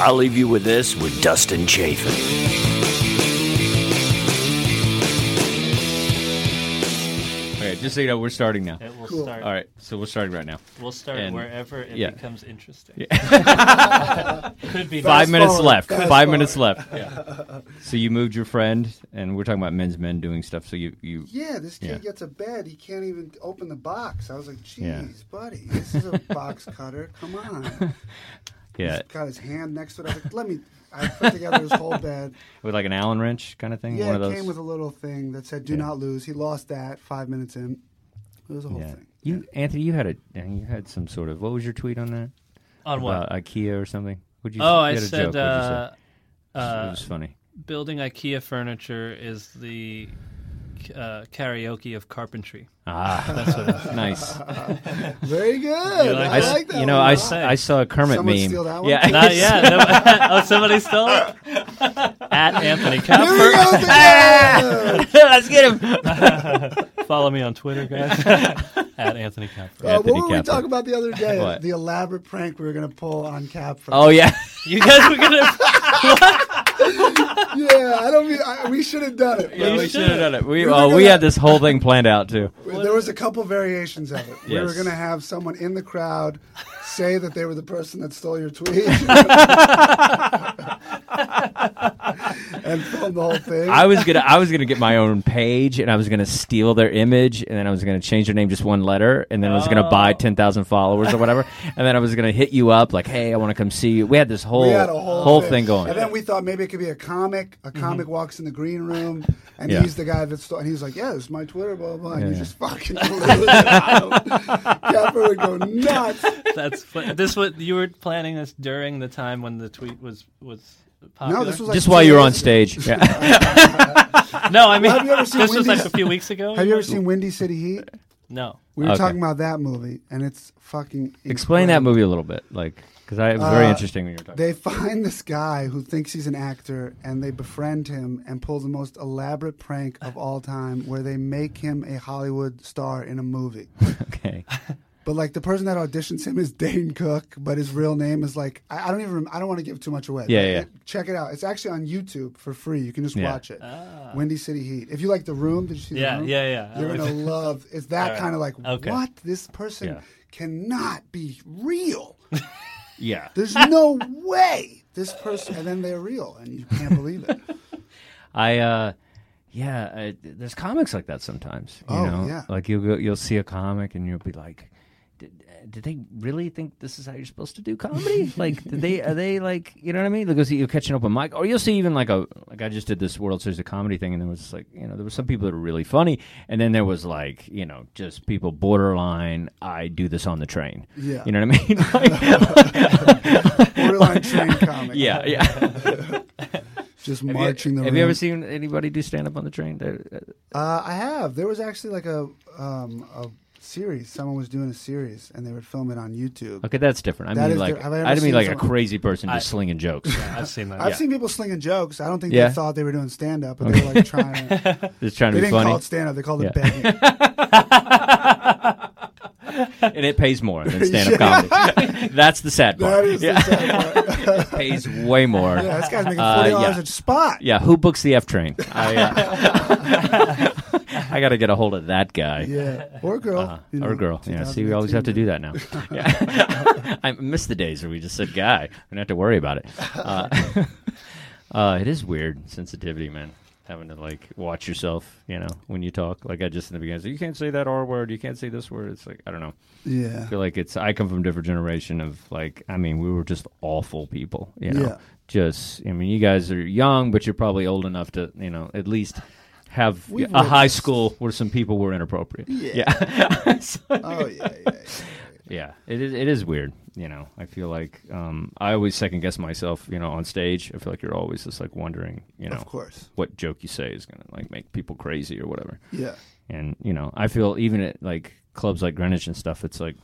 I'll leave you with this with Dustin Chafin. Okay, just so you know, we're starting now. It will start. All right, so we're starting right now. We'll start And- wherever it yeah. becomes interesting. Could be Five nice. minutes forward, left. fast Five minutes left. Yeah. So you moved your friend, and we're talking about men's men doing stuff. So you you Yeah, this kid Yeah. gets a bed. He can't even open the box. I was like, geez, Yeah. buddy, this is a box cutter. Come on. yeah He's got his hand next to it. I was like, let me. I put together his whole bed. with like an Allen wrench kind of thing. Yeah, one of it those. came with a little thing that said, do Yeah. not lose. He lost that five minutes in. It was a whole yeah. thing. You Anthony, you had a you had some sort of what was your tweet on that? On what? About IKEA or something? Would Uh, you? oh, you I had a said, joke, uh, what'd you say? it uh, was funny. building IKEA furniture is the uh, karaoke of carpentry. Ah, That's what it is. nice. Very good. You like I that? like that. you know, one. I, a s- lot. I saw a Kermit Someone meme. steal that one? Yeah, Not yet. No- oh, somebody stole it? At Anthony Here we Copper. go Uh, together. Let's get him. Follow me on Twitter, guys. At Anthony Copper. Uh, what Anthony were we Capper. talking about the other day? What? The elaborate prank we were going to pull on Cap. for- Oh yeah. You guys were going to. yeah. I don't mean I, we should have done it. Yeah, You we should. should have done it. We, were oh, we gonna- had this whole thing planned out too. There was a couple variations of it. We were Yes. going to have someone in the crowd say that they were the person that stole your tweet and film the whole thing. I was gonna, I was gonna get my own page, and I was gonna steal their image, and then I was gonna change their name just one letter, and then I was gonna Oh. buy ten thousand followers or whatever, and then I was gonna hit you up like, hey, I want to come see you. We had this whole we had a whole, thing. going. Mm-hmm. and then we thought maybe it could be a comic. A comic walks in the green room, and Yeah. he's the guy that stole. And he's like, "Yeah, this is my Twitter, blah blah." blah. And you Yeah. just fucking lose it out. Capper would go nuts. Uh, That's fu- this. What you were planning this during the time when the tweet was was popular. No, this was like just two while you were years on ago. stage. Yeah. No, I mean, Have you ever seen this was like Wendy's- a few weeks ago. Have you ever seen Windy City Heat? No. We were Okay. talking about that movie, and it's fucking. Explain that incredible. movie a little bit, like, because I it was very Uh, interesting when you were talking. They find this guy who thinks he's an actor, and they befriend him and pull the most elaborate prank of all time, where they make him a Hollywood star in a movie. okay. But like the person that auditions him is Dane Cook, but his real name is like I, I don't even rem- I don't want to give too much away. Yeah, But yeah. it- check it out. It's actually on YouTube for free. You can just Yeah. watch it. Windy City Heat. If you like the room, did you see Ah. Yeah, the room? yeah, yeah. You're gonna love. It's that kind of like Okay. what this person Yeah. cannot be real. Yeah. There's no way this person, and then they're real, and you can't believe it. I uh yeah, I, there's comics like that sometimes. You Oh, know? yeah. Like you'll go, you'll see a comic and you'll be like, did, uh, did they really think this is how you're supposed to do comedy? like, did they are they like you know what I mean? Like, you'll see you catching up with Mike, or you'll see even like a like I just did this World Series of Comedy thing, and there was like you know there were some people that were really funny, and then there was like you know just people borderline. I do this on the train. Yeah. you know what I mean? Like, Borderline train comic. yeah, yeah. just Have you- marching the. have you ever room. seen anybody do stand up on the train? Uh, Uh, I have. There was actually like a um, a series. Someone was doing a series, and they would film it on YouTube. Okay, that's different. I That mean, is like, di- have I ever I didn't mean seen like a someone- crazy person just slinging jokes. I've seen that. I've seen people slinging jokes. I don't think Yeah. they thought they were doing stand up, but they were like trying. To, Just trying they to be didn't funny, call it stand up. They called it Yeah. begging. and it pays more than stand-up comedy. that's the sad part. That is the sad part. It pays way more. Yeah, this guy's making Uh, forty dollars yeah. a spot. Yeah, who books the F train? I, uh, I got to get a hold of that guy Yeah. or girl, you Uh-huh. or know, girl. Yeah, see, we always have to do that now. Yeah. I miss the days where we just said guy. We don't have to worry about it. Uh, uh, it is weird sensitivity, man. Having to like watch yourself, you know, when you talk. Like I just in the beginning, said, you can't say that R word. You can't say this word. It's like I don't know. Yeah, I feel like it's I come from a different generation of like I mean we were just awful people, you know. Yeah. Just I mean you guys are young, but you're probably old enough to you know at least have We've a high witnessed. school where some people were inappropriate. Yeah. Yeah. So- Oh yeah, yeah, yeah. yeah, it is. It is weird. You know, I feel like um, I always second guess myself. You know, on stage, I feel like you're always just like wondering. You know, Of course. what joke you say is gonna like make people crazy or whatever. Yeah. And you know, I feel even at like clubs like Greenwich and stuff, it's like,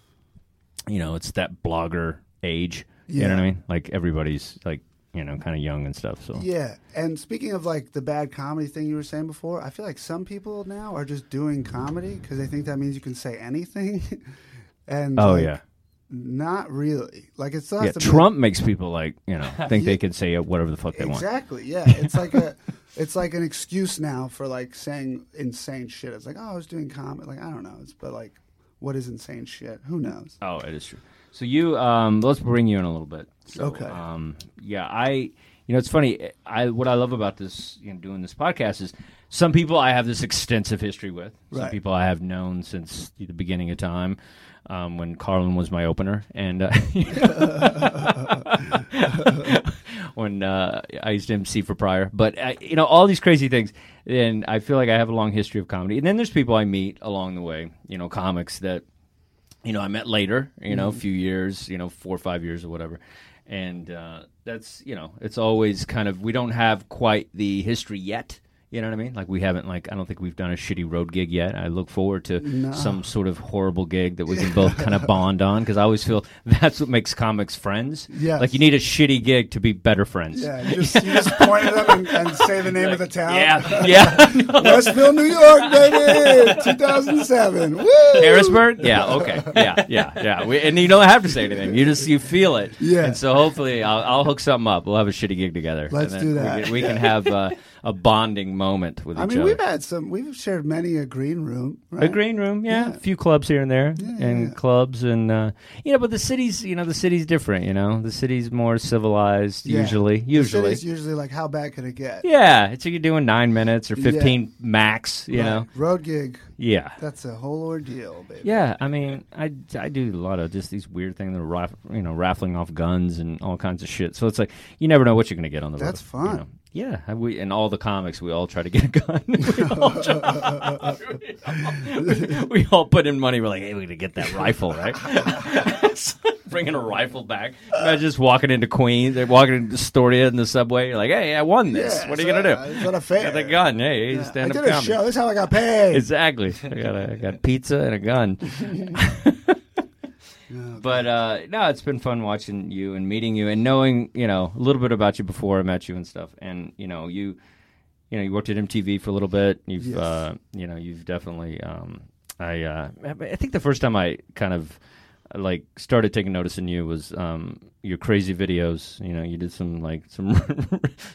you know, it's that blogger age. You know what I Yeah. mean? Like everybody's like, you know, kind of young and stuff. So Yeah, and speaking of like the bad comedy thing you were saying before, I feel like some people now are just doing comedy because they think that means you can say anything. and Oh like, yeah. Not really. Like it still has Yeah, to be- Trump makes people like you know think they can say whatever the fuck they want. Exactly. Yeah, it's like a, it's like an excuse now for like saying insane shit. It's like, oh, I was doing comedy. Like I don't know. It's but like, what is insane shit? Who knows? Oh, it is true. So you, um, let's bring you in a little bit. So, Okay. Um, yeah, I, you know, it's funny. I what I love about this, you know, doing this podcast is some people I have this extensive history with. Some Right. people I have known since the beginning of time, um, when Carlin was my opener, and uh, when uh, I used to MC for Pryor. But I, you know, all these crazy things, and I feel like I have a long history of comedy. And then there's people I meet along the way, you know, comics that you know, I met later, you Mm. know, a few years, you know, four or five years or whatever. And uh, that's, you know, it's always kind of, we don't have quite the history yet. You know what I mean? Like we haven't, like I don't think we've done a shitty road gig yet. I look forward to some sort of horrible gig that we can both kind of bond on because I always feel that's what makes comics friends. Yes. like you need a shitty gig to be better friends. Yeah, you just, you just point at them and, and say the name of the town. yeah, yeah. Westville, New York, baby, 2007. Woo! Harrisburg? Yeah, okay. Yeah, yeah, yeah. We, and you don't have to say anything. You just you feel it. Yeah. And so hopefully I'll, I'll hook something up. We'll have a shitty gig together. Let's And then do we that. can- We, can have uh, a bonding moment with I each mean, other. we've had some. We've shared many a green room. Right? A green room, yeah. Yeah. A few clubs here and there, Yeah, and yeah, yeah. clubs, and uh, you know. But the city's, you know, the city's different. You know, the cityty's more civilized Yeah. usually. Usually, It's usually like, how bad could it get? yeah. So you're doing nine minutes or Yeah. fifteen max. You Right. know, road gig. yeah. That's a whole ordeal, baby. Yeah, I mean, I, I do a lot of just these weird things, that are raff, you know, raffling off guns and all kinds of shit. So it's like you never know what you're going to get on the That's road. you fun. know. Yeah, and we and all the comics, we all try to get a gun. we, all try- we all- we all put in money. We're like, hey, we're going to get that rifle, right? It's like Bringing a rifle back. Imagine just walking into Queens, they're walking into Astoria in the subway. You're like, hey, I won this. Yeah, what are it's you going to not- do? It's not a fair. Got the gun. Hey, Yeah. I stand did up a comedy. show. This is how I got paid. Exactly. I got a, I got pizza and a gun. Oh, but uh, no, it's been fun watching you and meeting you and knowing you know a little bit about you before I met you and stuff. And you know you, you know you worked at MTV for a little bit. You've Yes. uh, you know you've definitely. Um, I uh, I think the first time I kind of like started taking notice in you was um, your crazy videos. You know, you did some like some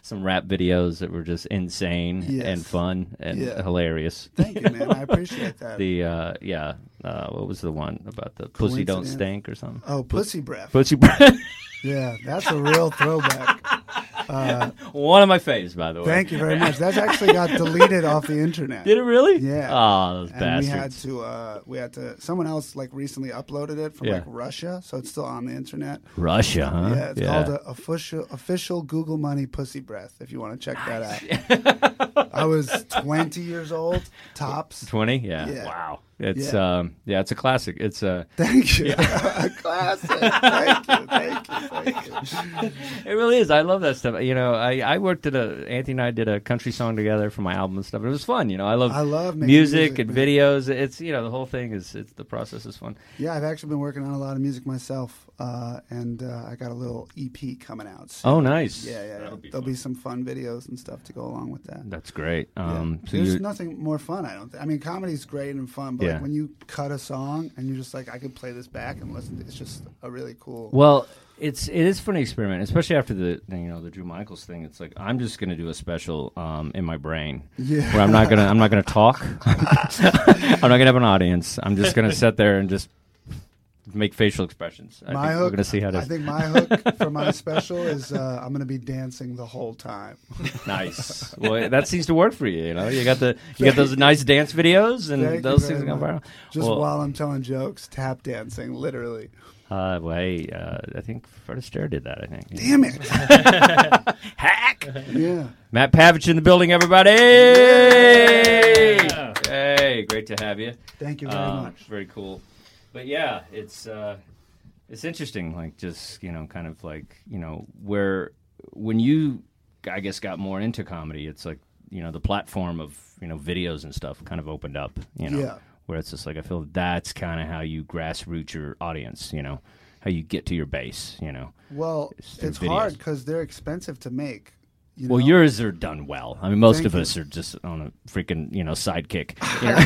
some rap videos that were just insane Yes. and fun and Yeah. hilarious Thank you, man. I appreciate that. the uh yeah uh what was the one about the pussy don't Coincidence? stink or something oh, pussy breath. pussy yeah, that's a real throwback. one of my faves by the way Thank you very much. That's actually got deleted off the internet. did it really Yeah. oh those and we had bastards to, uh, we had to. Someone else like recently uploaded it from Yeah. like Russia, so it's still on the internet. russia huh Yeah, it's called a official official Google Money Pussy Breath. If you want to check that out, I was 20 years old, tops. 20 yeah. Yeah. wow it's Yeah. um yeah it's a classic it's uh Thank you, classic. Thank you, thank you, thank you. it really is i love that stuff you know i i worked at a anthony and i did a country song together for my album and stuff it was fun you know i love I love making music, music, and man. videos it's you know the whole thing is it's the process is fun Yeah, I've actually been working on a lot of music myself, uh, and uh, I got a little EP coming out. So, oh nice yeah, yeah, yeah. there'll be some fun videos and stuff to go along with that. that's great Yeah. um so There's you nothing more fun. I don't. Th- I mean, comedy's great and fun, but Yeah. like, when you cut a song and you're just like, I can play this back and listen. to It's just a really cool. Well, it's it is a funny experiment, especially after the you know the Drew Michaels thing. It's like I'm just going to do a special um, in my brain, Yeah. where I'm not gonna I'm not gonna talk, I'm not gonna have an audience. I'm just gonna sit there and just make facial expressions. I my think hook. we're gonna see how it I is. think my hook for my special is uh, I'm going to be dancing the whole time. nice. Well, that seems to work for you. You know, you got the you got those nice dance videos, and Thank you those things very go viral. much. Just well, while I'm telling jokes, tap dancing, literally. uh, well, hey, uh, I think Fred Astaire did that. I think. Damn it! Hack. yeah. Matt Pavich in the building, everybody. Yeah. Hey, great to have you. Thank you very Um, much. Very cool. But yeah, it's uh, it's interesting. Like just you know, kind of like you know where when you I guess got more into comedy, it's like you know the platform of you know videos and stuff kind of opened up. You know, Yeah. where it's just like I feel that's kind of how you grassroots your audience. You know, how you get to your base. You know, Well, It's it's, through videos. hard because they're expensive to make. You Well, know? yours are done well. I mean, most Thank of you. us are just on a freaking you know sidekick. You know?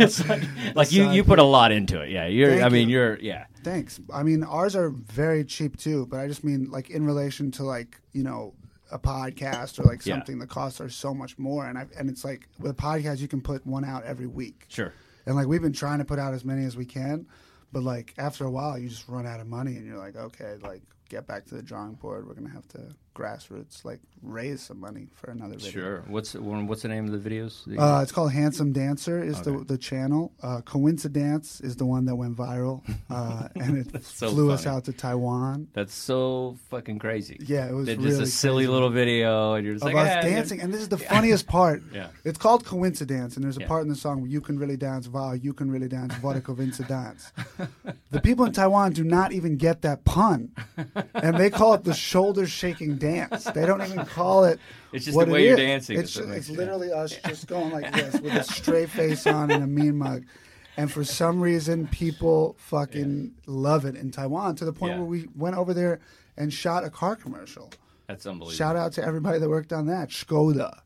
it's like like you, you put a lot into it. Yeah, you're. Thank I mean, you. are yeah. Thanks. I mean, ours are very cheap too, but I just mean like in relation to like you know a podcast or like Yeah. something, the costs are so much more, and I and it's like with a podcast you can put one out every week, Sure. and like we've been trying to put out as many as we can, but like after a while you just run out of money, and you're like, okay, like get back to the drawing board. We're gonna have to grassroots like raise some money for another video. Sure. What's what's the name of the videos? Uh, it's called Handsome Dancer is the the channel. Uh, Coincidence is the one that went viral, uh, and it so flew us funny. out to Taiwan. That's so fucking crazy. Yeah, it was They're just really a silly crazy. little video, and you're just Of like us "Ah, yeah." dancing, and this is the funniest part. Yeah. It's called Coincidence, and there's a Yeah. part in the song where you can really dance, wow, you can really dance, what a coincidence. the people in Taiwan do not even get that pun, and they call it the shoulder shaking dance. They don't even call it. It's just what the it way you're is. dancing It's, is what it's makes- literally us just going like this with a straight face on and a mean mug. And for some reason, people fucking love it in Taiwan to the point Yeah. where we went over there and shot a car commercial. That's unbelievable. Shout out to everybody that worked on that. Skoda.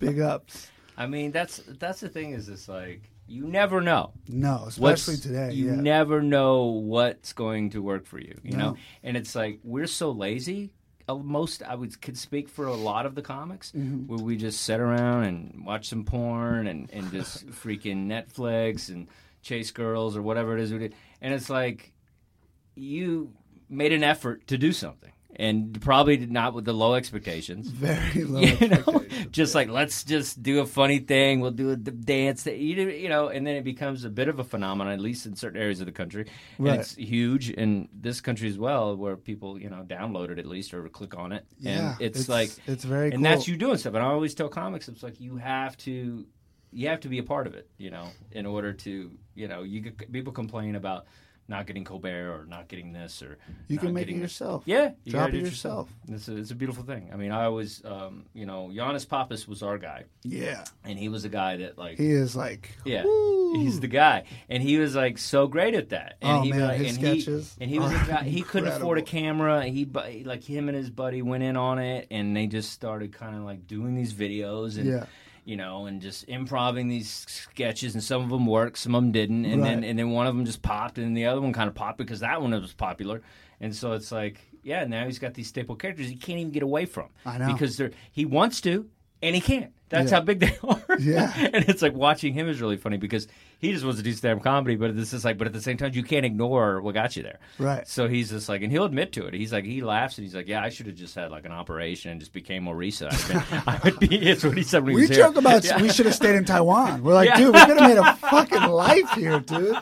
Big ups. I mean, that's that's the thing. Is it's like you never know. No, What's- especially today. You yeah. never know what's going to work for you, you No. know? And it's like we're so lazy. Uh, Most I would could speak for a lot of the comics Mm-hmm. where we just sit around and watch some porn and and just freaking Netflix and chase girls or whatever it is we did. And it's like you made an effort to do something and probably not with the low expectations Very low. you know, expectations. just like let's just do a funny thing. We'll do a d- dance, that- you do- you know, and then it becomes a bit of a phenomenon, at least in certain areas of the country. Right. And it's huge in this country as well, where people you know download it at least or click on it. Yeah, and it's, it's- like it's very and that's cool. you doing stuff. And I always tell comics, it's like you have to. You have to be a part of it, you know, in order to, you know, you could, people complain about not getting Colbert or not getting this or You can not make it getting this. yourself. Yeah, you Drop gotta it do yourself. It's a, it's a beautiful thing. I mean, I always, um, you know, Giannis Pappas was our guy, Yeah. and he was a guy that like, He is like, yeah, woo. he's the guy, and he was like so great at that. And Oh, he, man, like, and his he- sketches and he was a are guy. He couldn't afford a incredible. camera. He bu- like him and his buddy went in on it, and they just started kind of like doing these videos and. Yeah. You know, and just improving these sketches, and some of them worked, some of them didn't, and then Right. and then one of them just popped, and the other one kind of popped because that one was popular, and so it's like, yeah, now he's got these staple characters he can't even get away from. I know. because they're he wants to, and he can't. That's Yeah. how big they are. Yeah. and it's like watching him is really funny because he just wants to do stand-up comedy, but this is like, but at the same time, you can't ignore what got you there. Right. So he's just like, and he'll admit to it. He's like, he laughs and he's like, yeah, I should have just had like an operation and just became Orisa. I would be. It's what he said when he We was joke here. about Yeah. we should have stayed in Taiwan. We're like, Yeah. dude, we could have made a fucking life here, dude.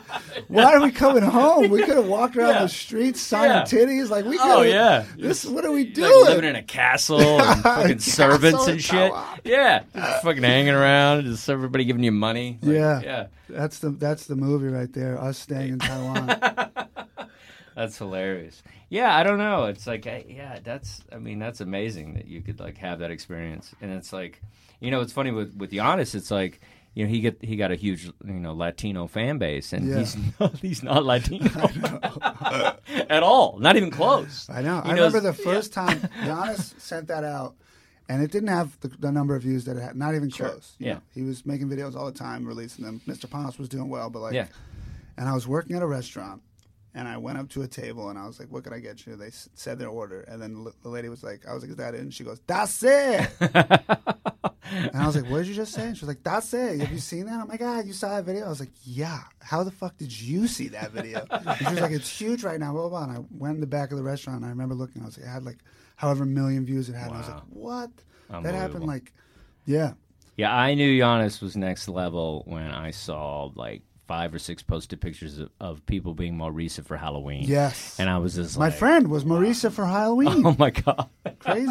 Why are we coming home? We could have walked around Yeah. the streets, signing Yeah. titties. Like, we could. Oh, yeah. This what are we Like doing? living in a castle and fucking servants Castle and shit. tower. Yeah. Just fucking hanging around, just everybody giving you money. Like, yeah. Yeah. That's the that's the movie right there. Us staying in Taiwan. That's hilarious. Yeah, I don't know. It's like, I, yeah, that's. I mean, that's amazing that you could like have that experience. And it's like, you know, it's funny with with Giannis. It's like, you know, he get he got a huge you know Latino fan base, and Yeah. he's not, he's not Latino at all. Not even close. I know. He I knows- remember the first time Giannis sent that out, and it didn't have the, the number of views that it had. Not even close. you Yeah. know. he was making videos all the time, releasing them. Mr. Ponce was doing well, but like, Yeah. and I was working at a restaurant, and I went up to a table and I was like, "What can I get you?" They s- said their order, and then l- the lady was like, "I was like, is that it?" And she goes, "That's it." and I was like, "What did you just say?" And she was like, "That's it. Have you seen that?" I'm like, "God, you saw that video?" I was like, "Yeah." How the fuck did you see that video? And she was like, "It's huge right now." Blah blah. blah. And I went in the back of the restaurant. and I remember looking. I was like, "It had like however million views it had." And I was like, "What?" That happened Unbelievable. like, yeah. Yeah, I knew Giannis was next level when I saw like five or six posted pictures of, of people being Maurisa for Halloween. Yes. and I was just My like, friend was Marisa for Halloween. Oh my god. Crazy.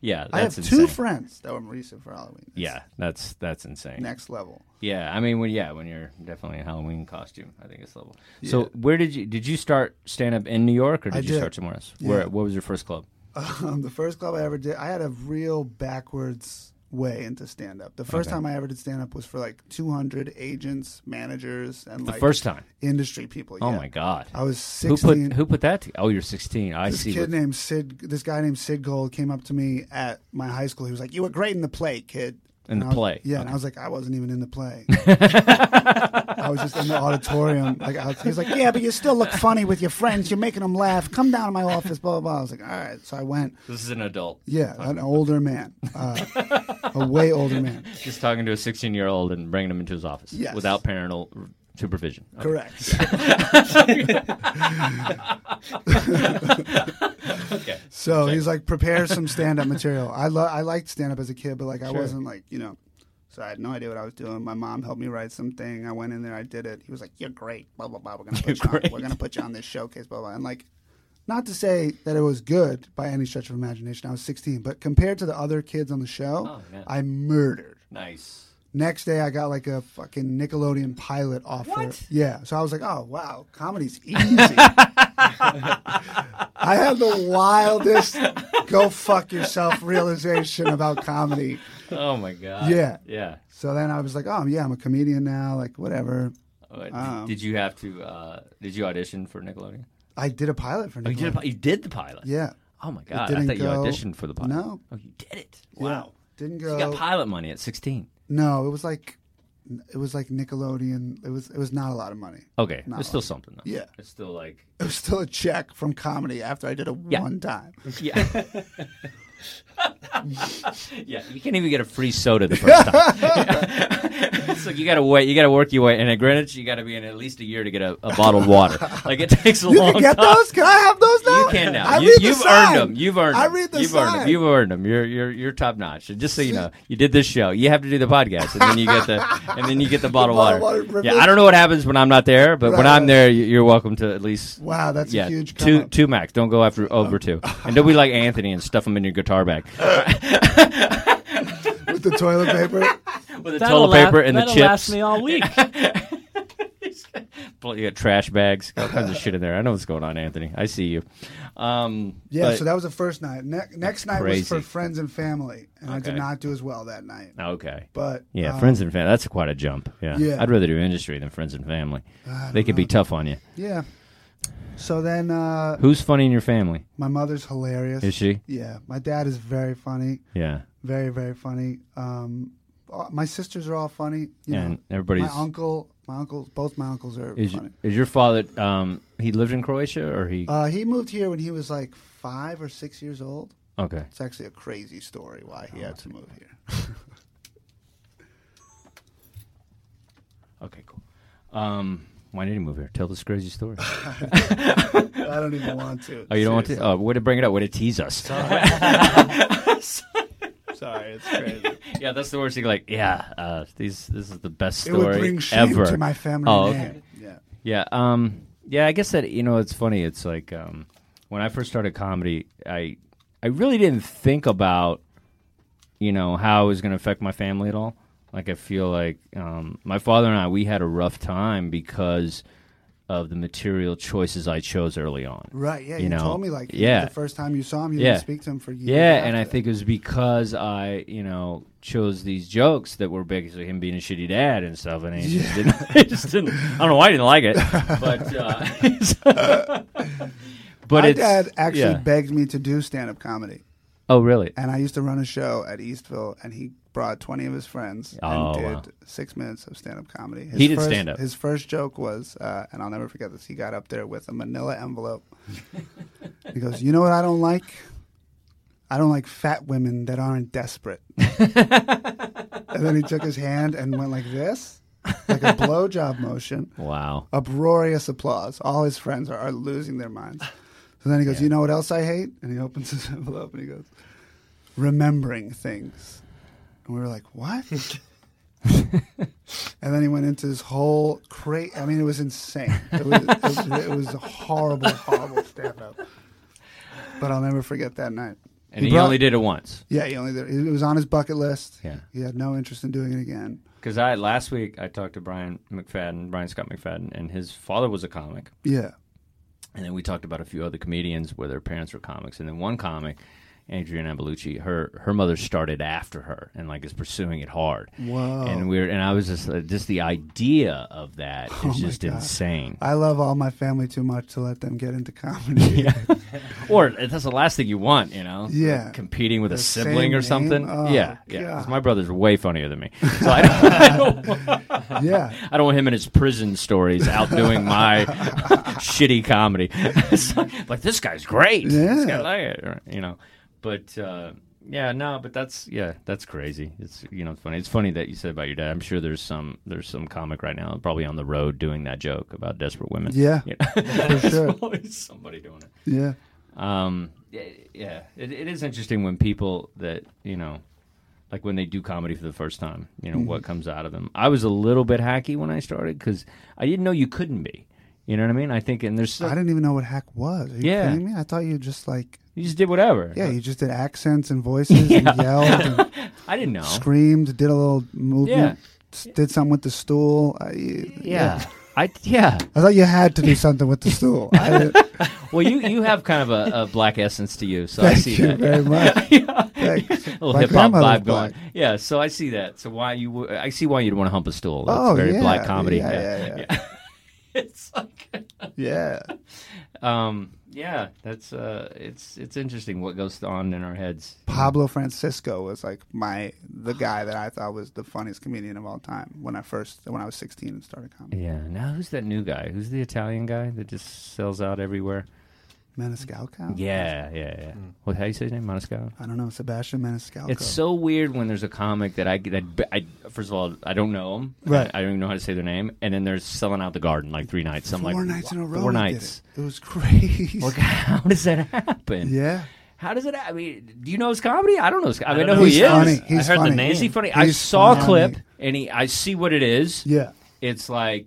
yeah, that's I have insane. two friends that were Marisa for Halloween. It's Yeah, that's that's insane. Next level. Yeah, I mean, when yeah, when you're definitely in Halloween costume, I think it's level. So, where did you did you start stand up in New York, or did I you did. start somewhere else? Where Yeah. what was your first club? Um, the first club I ever did, I had a real backwards way into stand up. The first Okay. time I ever did stand up was for like 200 agents, managers, and The like first time. industry people. Oh yeah. my god. I was Who 16. put who put that? To, oh, you're 16. I this see. kid what- named Sid, this guy named Sid Gold came up to me at my high school. He was like, "You were great in the play, kid." In And the I was- play. yeah. And I was like, I wasn't even in the play. I was just in the auditorium. Like I was, he was like, "Yeah, but you still look funny with your friends. You're making them laugh. Come down to my office." Blah blah. blah. I was like, "All right." So I went. this is an adult. Yeah, an older man, uh, a way older man. He's talking to a 16 year old and bringing him into his office Yes. without parental r- supervision. Okay. Correct. Okay. So he's like, prepare some stand up material. I lo- I liked stand up as a kid, but like I Sure. wasn't like you know, so I had no idea what I was doing. My mom helped me write something. I went in there, I did it. He was like, "You're great." Blah blah blah. We're gonna put you on, we're gonna put you on this showcase. Blah blah. And like, not to say that it was good by any stretch of imagination. I was 16, but compared to the other kids on the show, Oh, yeah. I murdered. Nice. Next day, I got like a fucking Nickelodeon pilot offer. What? Yeah. So I was like, oh, wow, comedy's easy. I had the wildest go fuck yourself realization about comedy. Oh my god. Yeah. Yeah. So then I was like, oh, yeah, I'm a comedian now, like, whatever. Uh, d- Um, did you have to? Uh, did you audition for Nickelodeon? I did a pilot for Oh, you, did Nickelodeon. a, pi- you did the pilot. yeah. Oh my god! I didn't thought you go- auditioned for the pilot. No. Oh, you did it. Didn't You go. got pilot money at 16. no, it was like, it was like Nickelodeon. It was, it was not a lot of money. Okay. No. It's still something though. Yeah. It's still like. It was still a check from comedy after I did it Yeah. one time. Yeah. yeah. You can't even get a free soda the first time. so you gotta wait. You gotta work your way. And at Greenwich, you gotta be in at least a year to get a, a bottle of water. Like it takes a You long can get time. those? Can I have those now? You can now. I you, read the you've sign. earned them. You've earned them. I read the you've earned them. sign. You've earned them. You're you're you're top notch. And Just so you See? know, you did this show. You have to do the podcast, and then you get the and then you get the bottle of water. bottle of water yeah, I don't know what happens when I'm not there, but when Right. I'm there, you- you're welcome to at least. Wow, that's yeah, a huge come two up. two max. Don't go after over two, and don't be like Anthony and stuff them in your guitar bag with the toilet paper. with the That'll toilet la- paper and the that'll chips. last me all week. Bl- You got trash bags, all kinds of shit in there. I know what's going on, Anthony. I see you. Um, Yeah, but- so that was the first night. Ne- next night Crazy. was for friends and family, and I did Okay. not do as well that night. okay. But Yeah, um, friends and family. That's quite a jump. Yeah. Yeah. I'd rather do industry than friends and family. They could be tough on you. Yeah. So then, uh, Who's funny in your family? my mother's hilarious. Is she? Yeah, my dad is very funny, Yeah. very very funny. Um, uh, my sisters are all funny. You And know. everybody's. my uncle, my uncles, both my uncles are is, funny. is your father, um, he lived in Croatia or he. Uh, he moved here when he was like five or six years old. okay. It's actually a crazy story why he had Oh, to move here. Okay, cool. Um, why did he move here? Tell this crazy story. Oh, I don't even want to. you don't want to? Oh, way to bring it up. Way to tease us. Sorry, it's crazy. yeah, that's the worst thing. Like, yeah, uh, these, this is the best it story would bring shame ever. to my family Oh, okay. name. Yeah. Yeah. Um. Yeah. I guess that you know it's funny. It's like um, when I first started comedy, I I really didn't think about you know how it was going to affect my family at all. Like I feel like um, my father and I we had a rough time because of the material choices I chose early on. Right. Yeah. You, You know, told me like yeah. the first time you saw him, you Yeah. didn't speak to him for years. Yeah, and after I that. think it was because I, you know, chose these jokes that were basically him being a shitty dad and stuff, and I just didn't. I just didn't. I don't know why I didn't like it, but uh, but my it's, dad actually yeah. begged me to do stand up comedy, oh really? and I used to run a show at Eastville, and he brought twenty of his friends Oh, and did wow. six minutes of stand up comedy. His He did first- stand-up. His first joke was, uh, and I'll never forget this. He got up there with a Manila envelope. he goes, "You know what I don't like." I don't like fat women that aren't desperate. and then he took his hand and went like this, like a blowjob motion. Wow. uproarious applause. All his friends are, are losing their minds. So then he goes, You know what else I hate? And he opens his envelope and he goes, Remembering things. And we were like, What? and then he went into this whole crazy. I mean, it was insane. It was, it, was- it was a horrible, horrible stand up. But I'll never forget that night. And he, brought- only did it once. Yeah, he only did. It was on his bucket list. Yeah. He had no interest in doing it again. Because I last week I talked to Brian McFadden, Brian Scott McFadden, and his father was a comic, Yeah. and then we talked about a few other comedians where their parents were comics, and then one comic. Adriana Bellucci, her her mother started after her and like is pursuing it hard. Whoa. And we're and I was just uh, just the idea of that Oh is just insane. I love all my family too much to let them get into comedy. Yeah. or that's the last thing you want, you know? Yeah. Like competing with a The sibling same or something. name? Oh, yeah. Yeah. 'Cause God. My brother's way funnier than me. So I don't, I don't want, Yeah. I don't want him and his prison stories outdoing my shitty comedy. It's like, like, this guy's great. This guy Yeah. like it, or, you know. But uh, yeah, no, but that's yeah, that's crazy. It's you know funny. It's funny that you said about your dad. I'm sure there's some there's some comic right now probably on the road doing that joke about desperate women. Yeah. You know? For sure. There's always somebody doing it. Yeah. Um, yeah, yeah. It, it is interesting when people that you know, like when they do comedy for the first time, you know Mm-hmm. what comes out of them. I was a little bit hacky when I started because I didn't know you couldn't be. You know what I mean? I think, and there's I still, didn't even know what hack was. Are you Yeah. kidding me? I thought you just like you just did whatever. yeah, you just did accents and voices and yelled and I didn't know. screamed, did a little movement, s- did something with the stool. I, yeah. I yeah. I thought you had to do something with the stool. I didn't- Well, you you have kind of a, a black essence to you, so I thank see you that. very much. Thanks. A little My hip hop grandmother's vibe going. black. Yeah, so I see that. So why you? w- I see why you'd want to hump a stool. That's Oh, very yeah, black comedy. yeah, yeah, yeah. it's like Yeah. um yeah that's uh it's it's interesting what goes on in our heads Pablo Francisco was like my the guy that I thought was the funniest comedian of all time when I first when I was 16 and started comedy. yeah now who's that new guy who's the italian guy that just sells out everywhere Maniscalco? yeah yeah yeah what how you say his name Maniscalco? I don't know, Sebastian Maniscalco. it's so weird when there's a comic that I, that I first of all I don't know them Right. I, I don't even know how to say their name and then they're selling out the garden like three nights I'm four like nights in a "What? row. four he did nights It. It was crazy. Like, how does that happen yeah. how does it ha- I mean do you know his comedy I don't know his, I, mean, I don't know, know who he's he is funny. I He's heard the funny. name. Is he funny? I He's saw a funny. clip and he, I see what it is. Yeah. It's like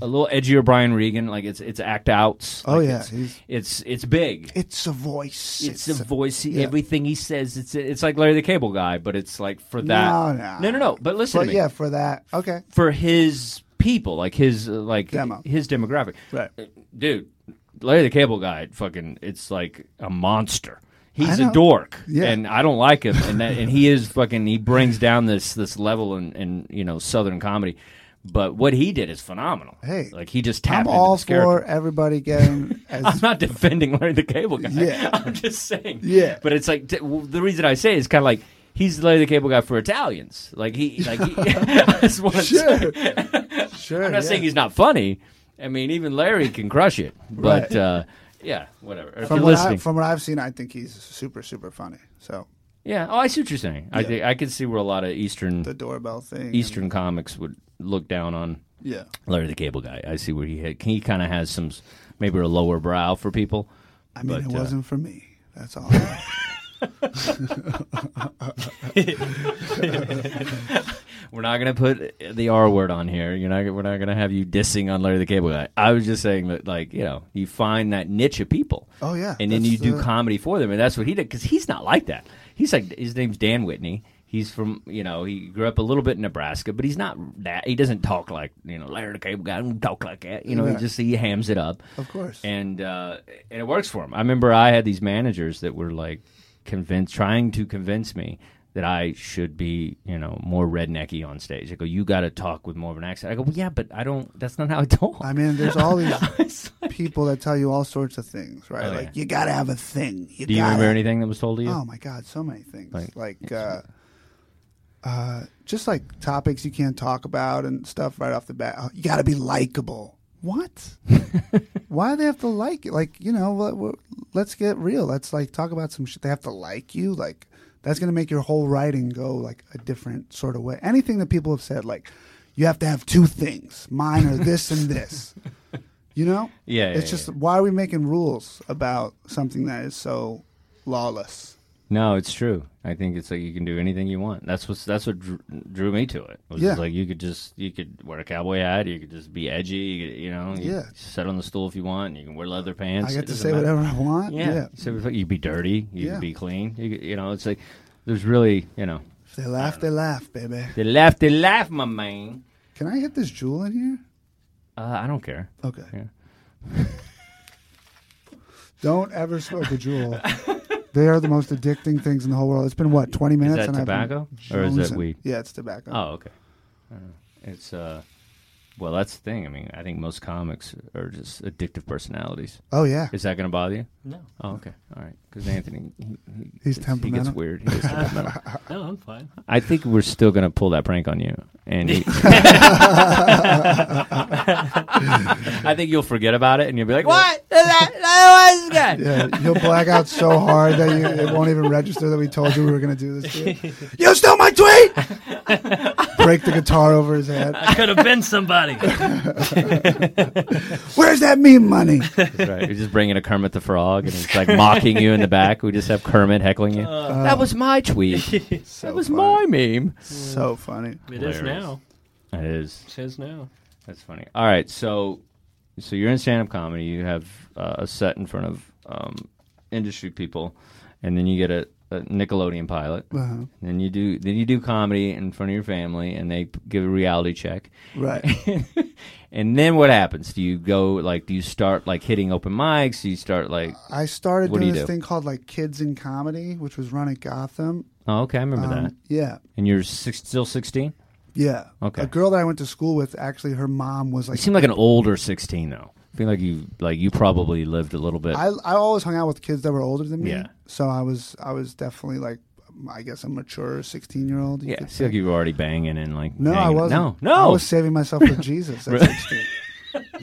a little edgier Brian Regan. Like it's it's act outs. Oh Like, yeah. it's, He's, it's it's big. it's a voice. It's, a voice. yeah. Everything he says, it's it's like Larry the Cable Guy, but it's like for that. No, no. no, no. no, But listen But to me. yeah, for that. Okay. For his people, like his uh, like Demo. his demographic, Right. Uh, dude. Larry the Cable Guy, fucking, it's like a monster. He's I a know. dork, Yeah. and I don't like him, and that, and he is fucking. He brings down this this level in, in you know southern comedy, but what he did is phenomenal. Hey, like he just tapped into I'm all this character. for everybody getting I'm as not defending Larry the Cable Guy. Yeah. I'm just saying. Yeah. But it's like t- w- the reason I say it is kind of like he's Larry the Cable Guy for Italians. Like he, like he, I just want to say, sure. sure. I'm not yeah. saying he's not funny. I mean, even Larry can crush it. But Right. uh, yeah, whatever. If from you're what, listening, I, from what I've seen, I think he's super, super funny. So yeah. Oh, I see what you're saying. I Yeah. think I can see where a lot of Eastern the doorbell thing. and- Eastern comics would look down on yeah. Larry the Cable Guy. I see where he had, he kind of has some s- maybe a lower brow for people. I mean, But, it uh, wasn't for me. That's all. I- We're not gonna put the R word on here. You're not. We're not gonna have you dissing on Larry the Cable Guy. I was just saying that, like, you know, you find that niche of people. Oh, yeah. and then That's you do the- comedy for them, and that's what he did because he's not like that. He's like his name's Dan Whitney. He's from you know he grew up a little bit in Nebraska, but he's not that. He doesn't talk like you know Larry the Cable Guy. I don't talk like that. You know, he Right. just he hams it up Of course. and uh, and it works for him. I remember I had these managers that were like convinced, trying to convince me that I should be, you know, more rednecky on stage. I go, you got to talk with more of an accent. I go, well, yeah, but I don't. That's not how I talk. I mean, there's all these It's like- people that tell you all sorts of things, right? Oh, yeah. like you gotta have a thing. You Do you gotta remember anything that was told to you? Oh my God, so many things. Like- Like, uh, uh, just like topics you can't talk about and stuff right off the bat. Oh, You got to be likable. What? Why do they have to like it? Like you know, let, we're- let's get real. Let's like talk about some shit. They have to like you. Like that's gonna make your whole writing go like a different sort of way. Anything that people have said, like you have to have two things. Mine are this and this. You know? Yeah, yeah, It's just why are we making rules about something that is so lawless? No, it's true. I think it's like you can do anything you want. That's what's that's what drew, drew me to it. Was Yeah. just like you could just you could wear a cowboy hat. You could just be edgy. You, could, you know, you Yeah. sit on the stool if you want. You can wear leather pants. I It get to doesn't say matter. whatever I want. Yeah. Yeah. So it's like you'd be dirty, you Yeah. could be clean. You, could- you know, it's like there's really, you know, If they laugh, they laugh, baby. they laugh, they laugh, my man. Can I hit this jewel in here? Uh, I don't care. Okay. Yeah. Don't ever smoke a jewel They are the most addicting things in the whole world. It's been what twenty minutes, that I've been tobacco? Or is that jonesing. weed? Yeah, it's tobacco. Oh, okay. I don't know. It's uh, well, that's the thing. I mean, I think most comics are just addictive personalities. Oh yeah, Is that going to bother you? No, Oh, okay, all right. Because Anthony, he, he, He's He gets temperamental. weird. He gets temperamental. no, I'm fine. I think we're still going to pull that prank on you, and he- I think you'll forget about it, and you'll be like, "What? That, that was good." yeah. You'll black out so hard that you, it won't even register that we told you we were going to do this. To you. you stole my tweet! Break the guitar over his head. I could have been somebody. Where's that meme money? Right. You're just bringing a Kermit the Frog, and it's like mocking you in the back. We just have Kermit heckling you. that was my tweet. Uh. So that was funny. my meme. So funny. It is Hilarious. now. It is. It is now. That's funny. All right. So, so you're in stand-up comedy. You have uh, a set in front of um, industry people, and then you get a, a Nickelodeon pilot. Uh-huh. Then you do then you do comedy in front of your family, and they p- give a reality check. Right. and then what happens? Do you go like? Do you start like hitting open mics? Do you start like? I started What do doing you this do? thing called like Kids in Comedy, which was run at Gotham. Oh, okay, I remember Um, that. Yeah. And you're six, still sixteen. Yeah. Okay. A girl that I went to school with, actually, her mom was You like, seem like an older sixteen though. I feel like you like you probably lived a little bit. I, I always hung out with kids that were older than me. Yeah. So I was I was definitely like, I guess a mature 16 year old. yeah, I feel like you were already banging and like. No, I hanging- wasn't. No, no. I was saving myself for Jesus at 16.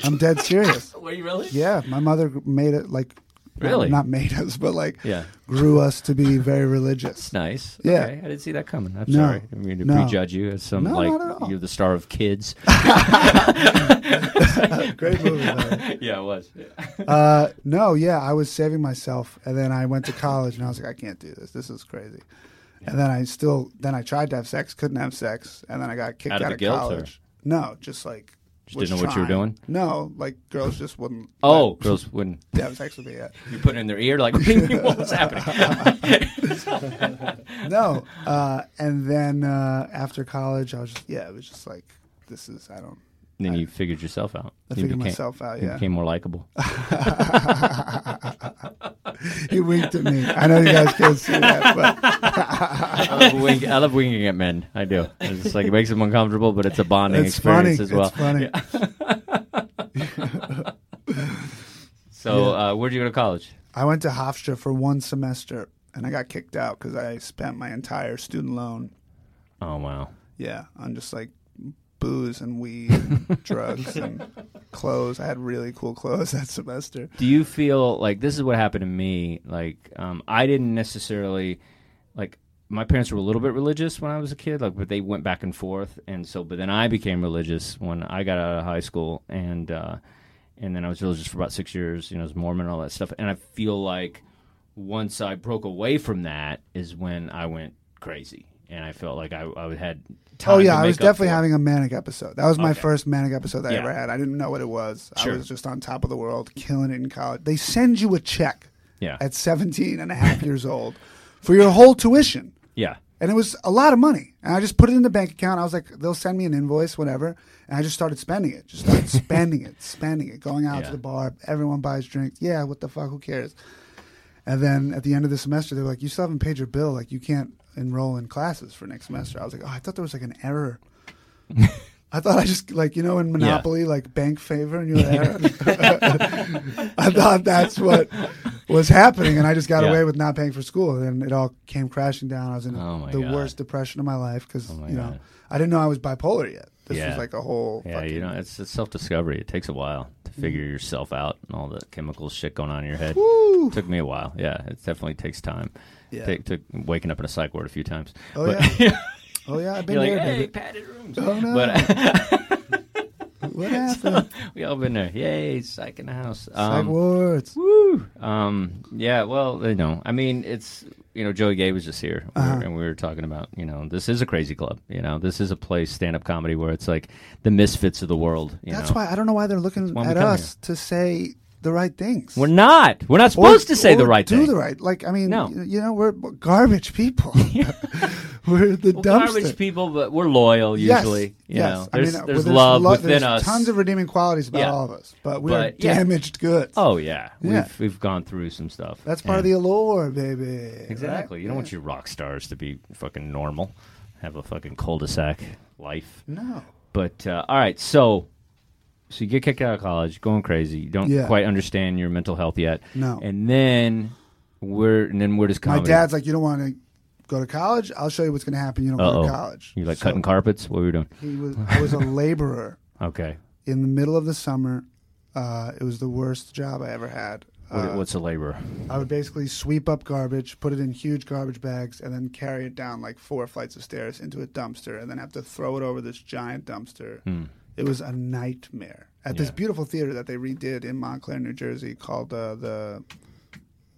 I'm dead serious. Were you really? Yeah, my mother made it like Really? not made us, but like Yeah. grew us to be very religious. It's nice. Yeah. Okay, I didn't see that coming. I'm No. sorry. I mean to No. prejudge you as some No, like not at all. you're the star of kids. Great movie. though. yeah, it was. Uh, no, yeah, I was saving myself, and then I went to college, and I was like, I can't do this. This is crazy. And then I still, then I tried to have sex, couldn't have sex, and then I got kicked Out of out, of, the guilt, or- college. No, just like Just was didn't know what you were trying. doing? No, like girls just wouldn't. Oh, girls wouldn't. let- have sex with me yet. You put it in their ear like, what's happening? no. Uh, and then uh, after college, I was just yeah, it was just like this is I don't. then you figured yourself out. I you figured myself out. You Yeah, became more likable. he winked at me. I know you guys can't see that, but I love, wink, I love winking at men. I do. It's just like it makes them uncomfortable, but it's a bonding it's funny. experience as well. It's funny. So, uh, where'd you go to college? I went to Hofstra for one semester, and I got kicked out because I spent my entire student loan, Oh wow. yeah, on just like booze and weed, and drugs and clothes. I had really cool clothes that semester. do you feel like this is what happened to me like um, i didn't necessarily like my parents were a little bit religious when i was a kid like but they went back and forth and so but then i became religious when i got out of high school and uh, and then i was religious for about six years you know i was mormon and all that stuff and i feel like once i broke away from that is when i went crazy and i felt like i, I had time Oh yeah, to I make was up for definitely it. having a manic episode. That was my Okay. first manic episode that Yeah. I ever had. I didn't know what it was. Sure. I was just on top of the world, killing it in college. They send you a check yeah at 17 and a half years old for your whole tuition. yeah And it was a lot of money. And I just put it in the bank account. I was like, they'll send me an invoice, whatever. And I just started spending it. Just started spending it, spending it, going out Yeah. to the bar. Everyone buys drinks. Yeah, what the fuck? Who cares? And then at the end of the semester, they were like, you still haven't paid your bill. Like, you can't enroll in classes for next semester. I was like, oh, I thought there was like an error. I thought I just, like, you know, in Monopoly, like bank favor and your error. I thought that's what was happening. And I just got Yeah. away with not paying for school. And it all came crashing down. I was in Oh, my the God. Oh worst depression of my life because my you know God. I didn't know I was bipolar yet. This Yeah. was like a whole Yeah, fucking, Mm. you know, it's, it's self discovery. It takes a while to figure yourself out and all the chemical shit going on in your head. Woo! Took me a while. Yeah, it definitely takes time. Yeah. Take, took waking up in a psych ward a few times. Oh, but, oh yeah, I've been You're like, there. hey, baby. padded rooms. Oh no, But what happened? we all been there. Yay, psych in the house. Psych wards. Woo. Um, yeah. Well, you know, I mean, it's you know, Joey Gay was just here, We Uh-huh. were- and we were talking about you know, this is a crazy club. You know, this is a place stand up comedy where it's like the misfits of the world. You That's know? why I don't know why they're looking why we at come us to say the right things. we're not. We're not supposed to say the right do thing. the right. Like I mean, No. y- you know, we're garbage people. we're the Well, dumpster. garbage people, but we're loyal usually. yes, you yes. know. I there's, mean, uh, there's, well, love lo- within there's us. Tons of redeeming qualities about Yeah. all of us, but we're But, yeah. damaged goods. oh yeah, we've Yeah. we've gone through some stuff. That's part of the And- allure, baby. right? exactly. You don't Yeah. want your rock stars to be fucking normal, have a fucking cul-de-sac life. No. But uh, all right, so so you get kicked out of college, going crazy. You don't Yeah. quite understand your mental health yet. No. and then where and then where does My comedy? dad's like, you don't want to go to college. I'll show you what's going to happen. You don't go Uh-oh. to college. You like So cutting carpets? What were you doing? He was. I was a laborer Okay. in the middle of the summer. Uh, it was the worst job I ever had. What, Uh, what's a laborer? I would basically sweep up garbage, put it in huge garbage bags, and then carry it down like four flights of stairs into a dumpster, and then have to throw it over this giant dumpster. It was a nightmare at Hmm. this Yeah. beautiful theater that they redid in Montclair, New Jersey, called uh, the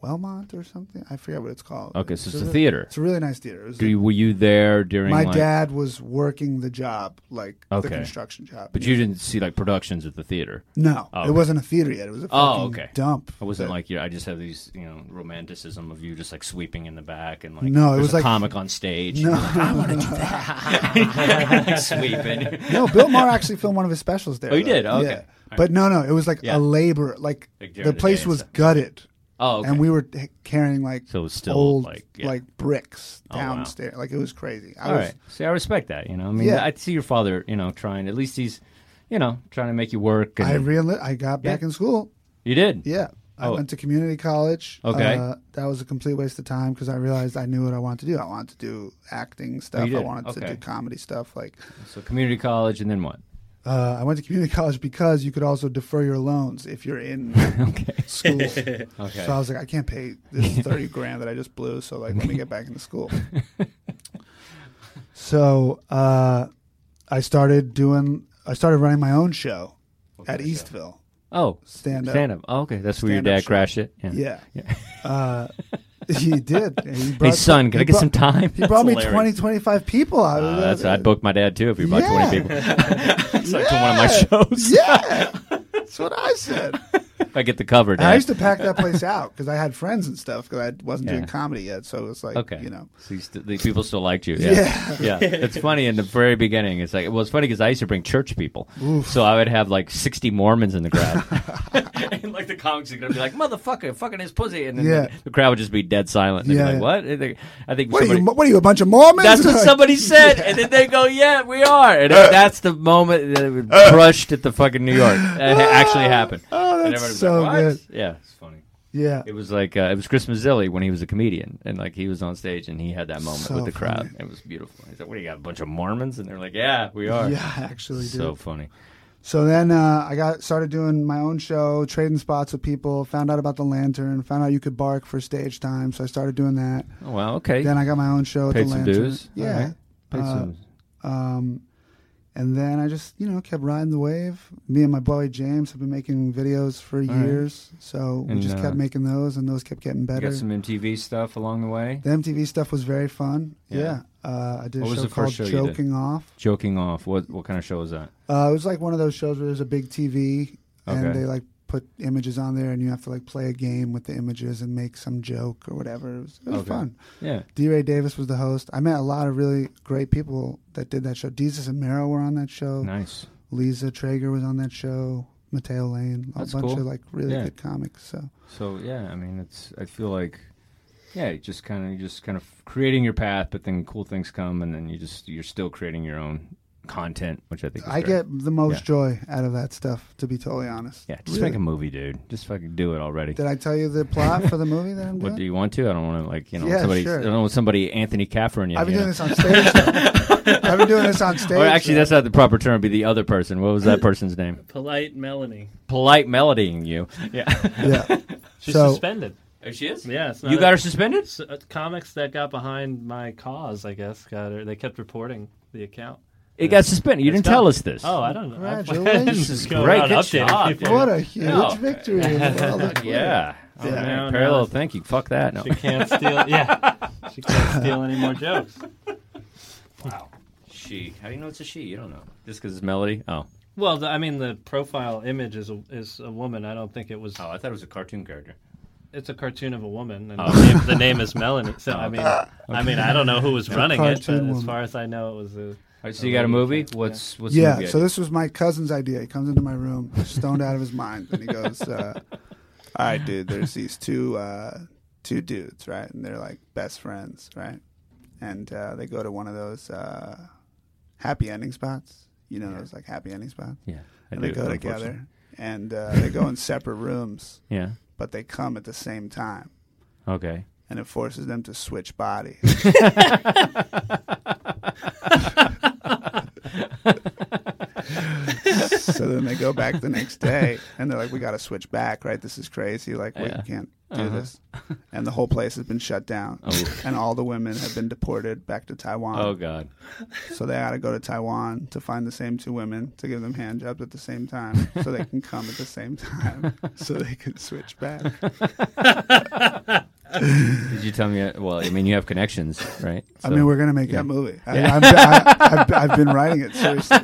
Wellmont or something. I forget what it's called. Okay, so it's a re- theater. It's a really nice theater. It was Do you, were you there during my like, dad was working the job, like Okay. the construction job. But you didn't see like productions at the theater. no, Oh, it okay. wasn't a theater yet. It was a Oh, fucking okay. dump. I wasn't that- like you. I just have these, you know, romanticism of you just like sweeping in the back and like. No, it there's was a like- comic on stage. No. I want to do that. like sweeping. No, Bill Maher actually filmed one of his specials there. Oh, he though. did? Okay. Yeah. All right. But no, no, it was like Yeah. a labor. Like, Like during the the day place and was stuff. gutted, Oh, okay. and we were h- carrying like So it was still, old like, yeah. Oh, bricks wow. downstairs. Like it was crazy. I All was right. See, I respect that. You know, I mean, Yeah. I see your father. You know, trying at least he's, you know, trying to make you work. And I real I got back Yeah. in school. you did. Yeah. I Oh. went to community college. Okay. Uh, that was a complete waste of time because I realized I knew what I wanted to do. I wanted to do acting stuff. you I did? wanted to Okay. do comedy stuff. Like So community college, and then what? uh, I went to community college because you could also defer your loans if you're in Okay. school. Okay. So I was like, I can't pay this thirty grand that I just blew. So like, let me get back into school. so uh, I started doing. I started running my own show at Eastville. oh, Stand up. Stand up. Oh, okay. That's where your Stand up dad show. crashed it. Yeah. Uh, he did. He Hey, brought- son, can he I get brought- some time? He brought me twenty, twenty-five 20, 25 people out Uh, of that's that. I'd book my dad too if he brought Yeah. twenty people. it's like to one of my shows. Yeah. That's what I said. If I get the cover, And I dad. used to pack that place out because I had friends and stuff because I wasn't Yeah. doing comedy yet. So it was like, okay, you know. so you st- the people still liked you. Yeah, yeah. It's funny in the very beginning. It's like well, it's funny because I used to bring church people, so I would have like sixty Mormons in the crowd, and like the comics are gonna be like motherfucker, fucking his pussy, and then Yeah. the, the crowd would just be dead silent. They'd Yeah, be yeah. like, what? And they- I think What are, somebody, you, what are you, a bunch of Mormons? That's what Like- somebody said, and then they go, "Yeah, we are," and then that's the moment that it was brushed at the fucking New York. It actually happened. Oh, And that's everybody was so like, "What?" Yeah, it's funny. Yeah. It was like uh, it was Chris Mazzilli when he was a comedian, and like he was on stage and he had that moment So with the crowd. funny. It was beautiful. He's like, "What do you got? A bunch of Mormons?" And they're like, "Yeah, we are." Yeah, actually, dude. so So, funny. then uh, I got started doing my own show, trading spots with people. Found out about the lantern. Found out you could bark for stage time, so I started doing that. Oh wow, okay. Then I got my own show at Paid the some lantern. dues. Yeah. All right. Paid Uh, some. Um, and then I just, you know, kept riding the wave. Me and my boy James have been making videos for right. years, so we And, just uh, kept making those, and those kept getting You better. got some MTV stuff along the way. the MTV stuff was very fun. Yeah. Yeah, uh, I did What a was show the called first show you did? Joking Off. Joking off. What what kind of show was that? Uh, it was like one of those shows where there's a big TV, and Okay. they like put images on there, and you have to like play a game with the images and make some joke or whatever. It was, it was Okay. fun. Yeah. D. Ray Davis was the host. I met a lot of really great people that did that show. Jesus and Mero were on that show. Nice. Lisa Traeger was on that show. Mateo Lane, a That's bunch cool. of like really Yeah. good comics. So So yeah, I mean, it's. I feel like, yeah, you just kind of, just kind of creating your path, but then cool things come, and then you just, you're still creating your own content, which I think. Is I great. get the most Yeah. joy out of that stuff, to be totally honest. Yeah, just Really. make a movie, dude. Just fucking do it already. Did I tell you the plot for the movie that I'm doing? What do you want to? I don't want to like you know Yeah, somebody. sure. I don't want somebody Anthony Kaffern. I've been you doing know? this on stage. though. I've been doing this on stage. Or actually, though. that's not the proper term. It'd Be the other person. What was that person's name? Polite Melanie. Polite melodying you. Yeah, yeah. She's So- suspended. there she is. Yeah, it's not You a- got her suspended. s- uh, comics that got behind my cause, I guess, got her. They kept reporting the account. It got suspended. You didn't done. tell us this. Oh, I don't know. I- Congratulations. This is Go great. around Good updating job, people. What a huge Yeah. Oh, victory! in the world of Twitter. Yeah. Oh, Yeah. man, No, no. Parallel thinking. Fuck that. No. She can't steal. Yeah, she can't steal any more jokes. Wow. She. How do you know it's a she? You don't know. Just because it's Melody? Oh. Well, the, I mean, the profile image is a, is a woman. I don't think it was. Oh, I thought it was a cartoon character. it's a cartoon of a woman, and Oh, the, name, the name is Melanie. So I mean, I mean, I don't know who was running it, but cartoon as woman. far as I know, it was a. All right, so you got a movie? What's what's the Yeah, movie so idea? this was my cousin's idea. He comes into my room, stoned out of his mind, and he goes, uh, "All right, dude. There's these two uh, two dudes, right? And they're like best friends, right? And uh, they go to one of those uh, happy ending spots. You know, those like happy ending spots. yeah, I and they do, go unfortunately. together, and uh, they go in separate rooms, Yeah. but they come at the same time, Okay. and it forces them to switch bodies. so then they go back the next day and they're like, we got to switch back, right? This is crazy. Like, we Yeah. Uh-huh. can't do this. And the whole place has been shut down. And all the women have been deported back to Taiwan. Oh God. So they got to go to Taiwan to find the same two women to give them handjobs at the same time so they can come at the same time so they can switch back. Did you tell me? uh, Well, I mean, you have connections, right? I So- mean, we're going to make yeah. that movie. I, I've, I, I've, I've been writing it seriously.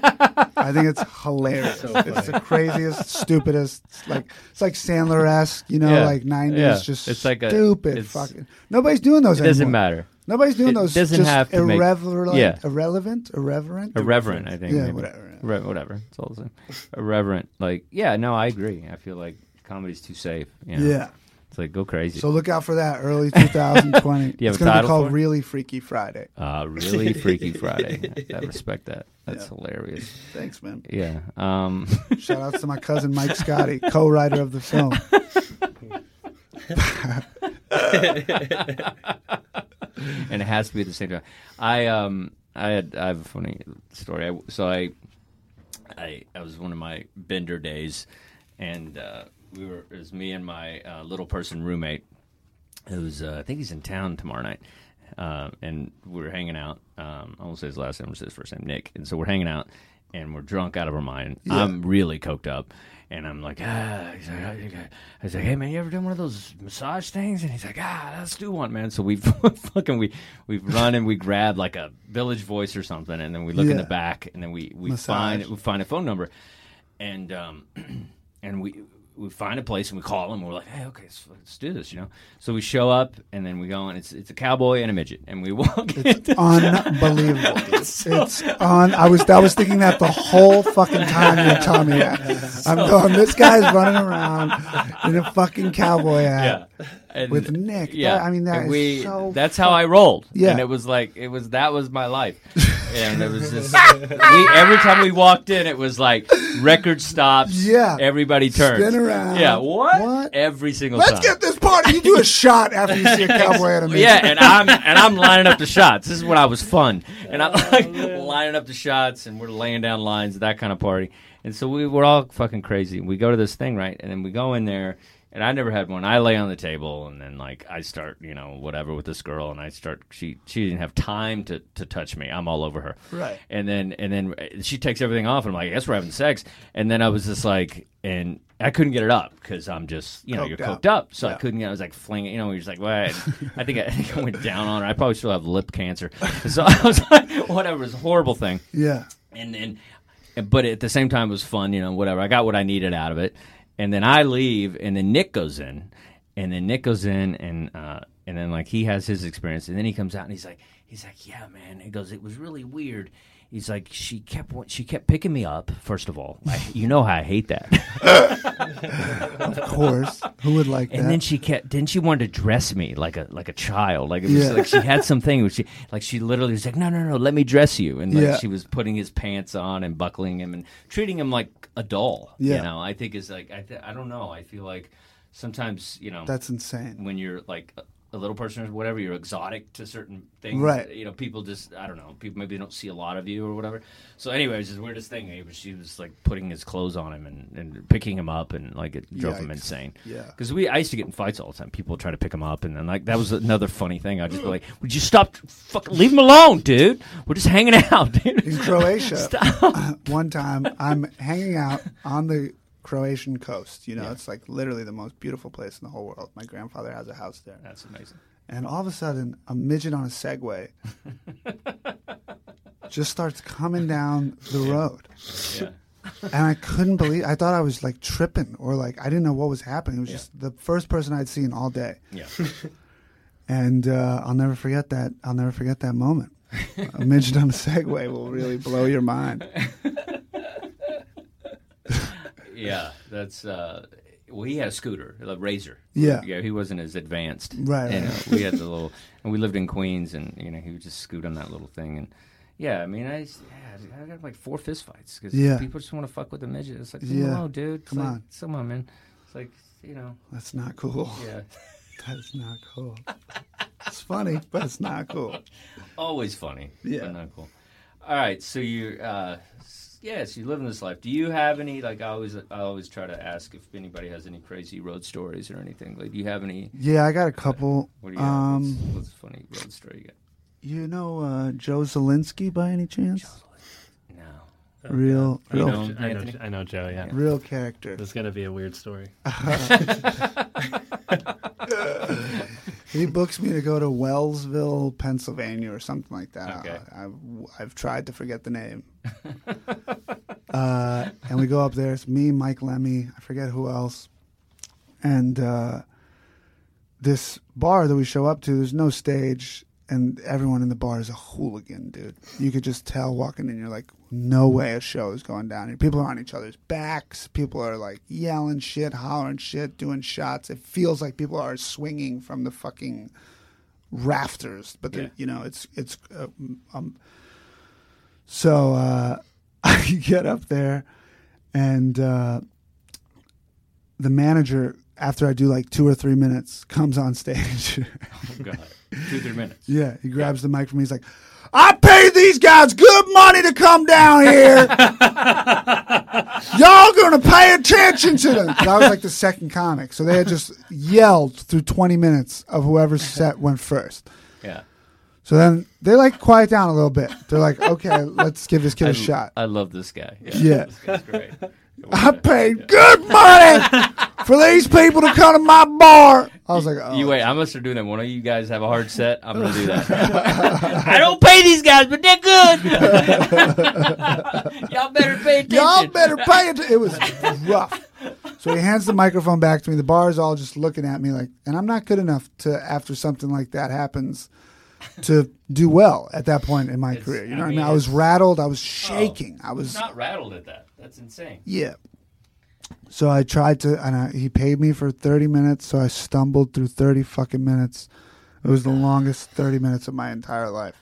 I think it's hilarious. So it's the craziest, stupidest. Like it's like Sandler esque, you know, Yeah. like nineties. Yeah. Just It's like a- stupid. it's- fucking nobody's doing those. it doesn't anymore. matter. Nobody's doing It those. doesn't just have to make- irreverent, Yeah. irrelevant, irreverent, Irreverent, I think. Yeah, maybe. whatever. Re- whatever. It's all the same. Irreverent. Like, yeah, no, I agree. I feel like comedy's too safe. You know? Yeah. It's like go crazy. So look out for that early 2020. you have it's a going to be title called for it? Really Freaky Friday. uh, really freaky Friday. I, I respect that. That's hilarious. Thanks, man. Yeah. Um, Shout outs to my cousin Mike Scotty, co-writer of the film. and it has to be at the same time. I um I had I have a funny story. I, so I I I was one of my bender days, and uh, we were it was me and my uh, little person roommate, who's uh, I think he's in town tomorrow night, uh, and we were hanging out. Um, I won't say his last name, I'm just his first name, Nick. And so we're hanging out, and we're drunk out of our mind. I'm really coked up, and I'm like, ah. He's like, "Ah," you got-" I was like, hey man, you ever done one of those massage things? And he's like, ah, let's do one, man. So we fucking we we've run and we grab like a Village Voice or something, and then we look in the Yeah. back, and then we we Massage. find we find a phone number, and um, and we we find a place and we call them. We're like, hey, okay, let's, let's do this, you know. So we show up and then we go and it's it's a cowboy and a midget, and we walk into Unbelievable. dude. it's on. I was I was thinking that the whole fucking time you were telling me that. I'm going. This guy's running around in a fucking cowboy yeah, hat. and, With Nick. That- I mean, that And is we, so that's how I rolled. Yeah. and it was like it was that was my life, and it was just we, every time we walked in, it was like record stops. Yeah. everybody turned Spin around. Yeah, what? What? Every single Let's time. get this party. You do a shot after you see a cowboy at a meeting. Yeah, and I'm and I'm lining up the shots. This is when I was fun, and I'm Oh, like lining up the shots, and we're laying down lines, that kind of party. And so we were all fucking crazy. We go to this thing, right, and then we go in there, and I never had one. I lay on the table, and then like I start, you know, whatever with this girl, and I start. She she didn't have time to to touch me. I'm all over her, Right. And then and then uh, she takes everything off, and I'm like, I guess we're having sex. And then I was just like, and. I couldn't get it up because I'm just, you know, Coked you're out. coked up. So I couldn't get. I was like flinging. You know, he was like, "What?" I think I, I think I went down on her. I probably still have lip cancer. So I was like, "Whatever." It was a horrible thing. Yeah. And then, but at the same time, it was fun. You know, whatever. I got what I needed out of it. And then I leave, and then Nick goes in, and then Nick goes in, and uh, and then like he has his experience, and then he comes out, and he's like, he's like, "Yeah, man." He goes, "It was really weird." He's like, she kept wa- she kept picking me up. First of all, I, you know how I hate that. Of course. Who would like And that? then she kept. Then she wanted to dress me like a like a child. Like it was Yeah. like she had something. Which she like she literally was like, no, no, no, let me dress you. And like Yeah. she was putting his pants on and buckling him and treating him like a doll. Yeah. You know, I think is like I th- I don't know. I feel like sometimes you know That's insane. when you're like a- a little person or whatever, you're exotic to certain things. Right. You know, people just I don't know. People maybe don't see a lot of you or whatever. So anyway, it was the weirdest thing. It was- She was like putting his clothes on him and, and picking him up and like it drove him Yikes. insane. Yeah. Because we I used to get in fights all the time. People would try to pick him up and then like that was another funny thing. I'd just be like, Would you stop fucking leave him alone, dude? We're just hanging out, dude. In Croatia, Uh, one time I'm hanging out on the Croatian coast. You know, it's like literally the most beautiful place in the whole world. My grandfather has a house there. That's amazing. And all of a sudden, a midget on a Segway just starts coming down the road. Yeah. and I couldn't believe. I thought I was like tripping or like I didn't know what was happening. It was just the first person I'd seen all day, Yeah. and uh, I'll never forget that. I'll never forget that moment. A midget on a Segway will really blow your mind. Yeah, that's uh well he had a scooter, a razor. Yeah. Yeah, he wasn't as advanced. Right, And, uh, right. we had the little and we lived in Queens and you know, he would just scoot on that little thing and yeah, I mean, I s- yeah, I got like four fist fights because Yeah. people just want to fuck with the midget. It's like, Yeah. no, dude, it's Come like, on. come on, man. It's like, you know, That's not cool. yeah, That's not cool. It's funny, but it's not cool. always funny, Yeah. but not cool. All right, so you, uh, s- yeah, so you're living this life. Do you have any? Like, I always, I always try to ask if anybody has any crazy road stories or anything. Like, do you have any? Yeah, I got a couple. What do you have? Um, What's, what's a funny road story you got? you know uh, Joe Zelinsky by any chance? No. Real, I real, know, Real. I know, Anthony. I know Joe, yeah. real character. This is going to be a weird story. He books me to go to Wellsville, Pennsylvania, or something like that. Okay. I, I've, I've tried to forget the name. uh, and we go up there. It's me, Mike Lemmy. I forget who else. And uh, this bar that we show up to, there's no stage, and everyone in the bar is a hooligan, dude. You could just tell walking in. You're like, no way a show is going down here. People are on each other's backs. People are like yelling shit, hollering shit, doing shots. It feels like people are swinging from the fucking rafters, but they're Yeah. you know, it's it's uh, um, so uh, I get up there, and uh, the manager, after I do like two or three minutes, comes on stage. Oh, God. Two, three minutes. yeah, he grabs the mic from me. He's like, "I paid these guys good money to come down here. Y'all gonna pay attention to them." That was like the second comic, so they had just yelled through twenty minutes of whoever's set went first. Yeah. So then they like quiet down a little bit. They're like, "Okay, let's give this kid a shot." I love this guy. Yeah. Yeah. This guy's great. I paid good money for these people to come to my bar. I was like, oh. You wait. I must have doing that. One of you guys have a hard set. I'm gonna do that. I don't pay these guys, but they're good. Y'all better pay attention. Y'all better pay it. It was rough. So he hands the microphone back to me. The bar is all just looking at me like, and I'm not good enough to, after something like that happens, to do well at that point in my It's- career. You know I what I mean, mean? I was rattled. I was shaking. I was. Not rattled at that. That's insane. Yeah. So I tried to, and I, he paid me for 30 minutes. So I stumbled through 30 fucking minutes. It was the longest 30 minutes of my entire life.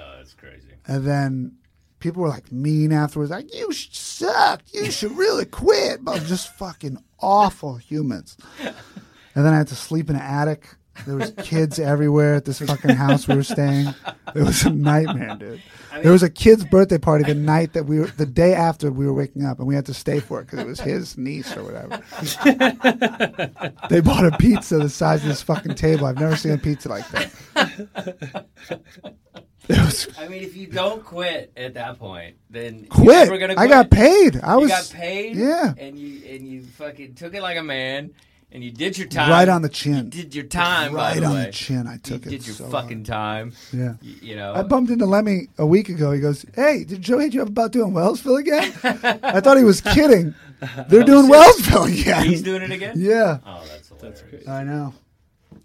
Oh, that's crazy. And then people were like mean afterwards, like, you sh- suck. You should really quit. But I'm just fucking awful humans. And then I had to sleep in an attic. There was kids everywhere at this fucking house we were staying. It was a nightmare, dude. there was a kid's birthday party the night that we were, the day after we were waking up, and we had to stay for it because it was his niece or whatever. they bought a pizza the size of this fucking table. I've never seen a pizza like that. It was I mean, if you don't quit at that point, then you're quit. never gonna I got paid. I You was got paid. Yeah. And you and you fucking took it like a man, and you did your time right on the chin. did your time by Right the on way. the chin. I took you it. did your so fucking time. hard. Yeah. You, you know. I bumped into Lemmy a week ago. He goes, "Hey, did Joe hit you up about doing Wellsville again?" I thought he was kidding. They're doing Wellsville again. Oh, he's doing it again. yeah, Oh, that's hilarious. I know.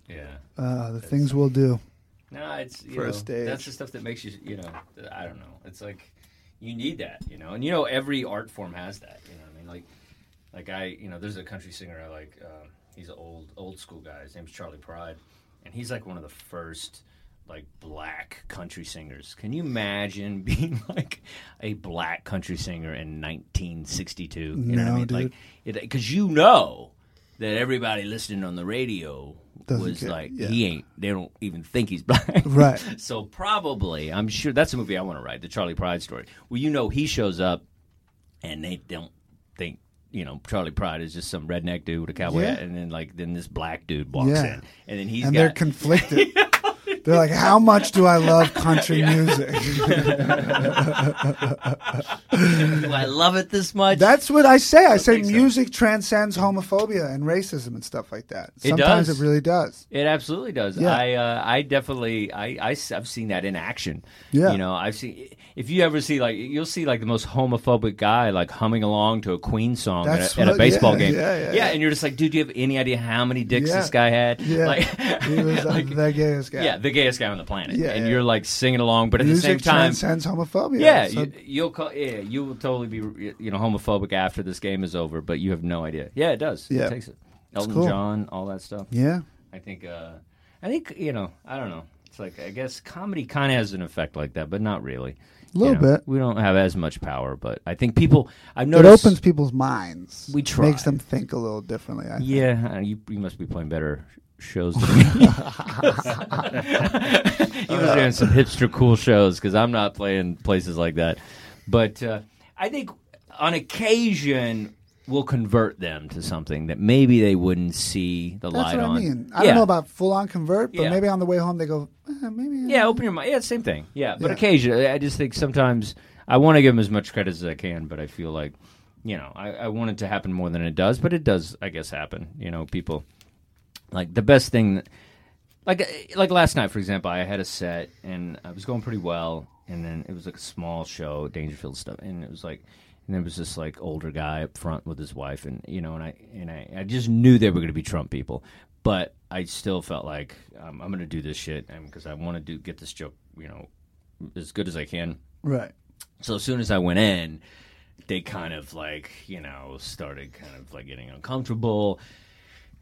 Yeah. Uh, the things we'll do. No, it's you For a know, stage. that's the stuff that makes you you know I don't know. It's like you need that, you know. And you know every art form has that, you know. what I mean like like I, you know, there's a country singer I like um, he's an old old school guy. His name's Charlie Pride and he's like one of the first like black country singers. Can you imagine being like a black country singer in 1962? You know what I No, mean? dude. Like cuz you know that everybody listening on the radio Doesn't was care. like Yeah. he ain't they don't even think he's black. Right. So probably, I'm sure that's a movie I want to write, the Charlie Pride story. Well, you know, he shows up, and they don't think you know Charlie Pride is just some redneck dude with a cowboy Yeah. hat, and then like then this black dude walks Yeah. in, and then he's and they're got conflicted. They're like, how much do I love country music? Do I love it this much? That's what I say. I say think so. music transcends homophobia and racism and stuff like that. It Sometimes does. it really does. It absolutely does. Yeah. I uh, I definitely I, I have seen that in action. Yeah. You know, I've seen if you ever see like you'll see like the most homophobic guy like humming along to a Queen song at That's a, at a what- baseball yeah, game. yeah, yeah, yeah. and you're just like, dude, do you have any idea how many dicks Yeah. this guy had? Yeah. Like, He was like- uh, the gayest guy. yeah, the gayest guy on the planet. Yeah, and yeah. you're like singing along, but at music the same time, transcends homophobia. yeah, So- you, you'll call, yeah, you will totally be you know homophobic after this game is over, but you have no idea. Yeah, it does. Yeah. It takes it. Elton cool. John, all that stuff. yeah. I think uh I think you know, I don't know. It's like I guess comedy kind of has an effect like that, but not really. A Little bit. We don't have as much power, but I think people I've It noticed opens people's minds. We try. Makes them think a little differently. I think. Yeah, uh, you, you must be playing better shows than me. you must be doing some hipster cool shows because I'm not playing places like that. But uh, I think on occasion we'll convert them to something that maybe they wouldn't see the That's light what on. I mean. I Yeah. don't know about full on convert, but Yeah. maybe on the way home they go, eh, maybe. uh, Yeah, open your mind. Yeah, same thing. Yeah, but Yeah. occasionally, I just think sometimes I want to give them as much credit as I can, but I feel like, you know, I, I want it to happen more than it does, but it does, I guess, happen. You know, people like the best thing, that- like eh, like last night, for example, I had a set and I was going pretty well, and then it was like a small show, Dangerfield stuff, and it was like. And there was this like older guy up front with his wife, and you know, and I and I, I just knew they were going to be Trump people, but I still felt like um, I'm going to do this shit because I want to do get this joke, you know, as good as I can. Right. So as soon as I went in, they kind of like you know started kind of like getting uncomfortable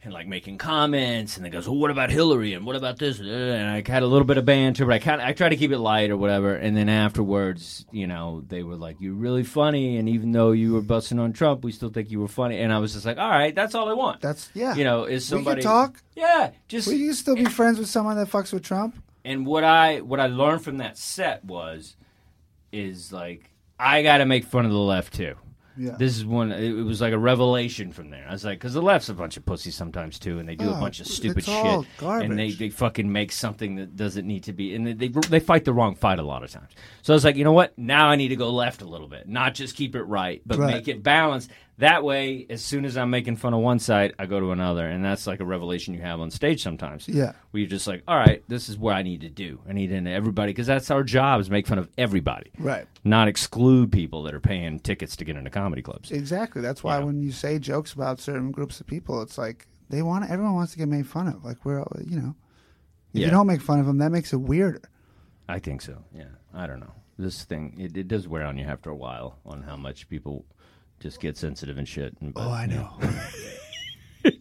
and like making comments and they goes, well, what about Hillary and what about this? And I had a little bit of banter, but I kind of I tried to keep it light or whatever. And then afterwards, you know, they were like, "You're really funny," and even though you were busting on Trump, we still think you were funny. And I was just like, "All right, that's all I want." That's, yeah. you know, is we somebody can talk. Yeah, just We can still be friends with someone that fucks with Trump. and what I what I learned from that set was is like I got to make fun of the left too. Yeah. This is one. It it was like a revelation from there. I was like, because the left's a bunch of pussies sometimes too, and they do a Oh, bunch of it's stupid all shit, and they, garbage. they fucking make something that doesn't need to be, and they, they they fight the wrong fight a lot of times. So I was like, you know what? Now I need to go left a little bit, not just keep it right, but Right. make it balanced. That way, as soon as I'm making fun of one side, I go to another, and that's like a revelation you have on stage sometimes Yeah. where you're just like, all right, this is what I need to do. I need to know everybody because that's our job is make fun of everybody, Right. not exclude people that are paying tickets to get into comedy clubs. Exactly. That's why when you say jokes about certain groups of people, it's like they want everyone wants to get made fun of. Like we're all, you know, if Yeah. you don't make fun of them, that makes it weirder. I think so. Yeah, I don't know. This thing it, it does wear on you after a while on how much people just get sensitive and shit. And, but, you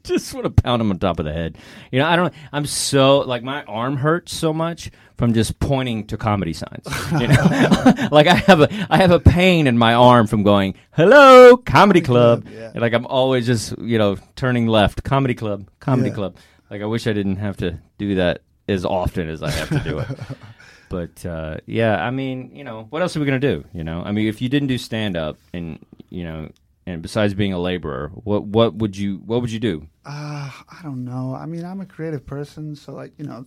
just want to pound him on top of the head. You know, I don't. I'm so like my arm hurts so much from just pointing to comedy signs. You know, like I have a I have a pain in my arm from going hello comedy club. club, yeah. And, like I'm always just you know turning left comedy club comedy Yeah. club. Like I wish I didn't have to do that as often as I have to do it. But uh, yeah, I mean, you know, what else are we gonna do? You know, I mean, if you didn't do stand up and you know, and besides being a laborer, what what would you what would you do? Uh, I don't know. I mean, I'm a creative person, so like you know,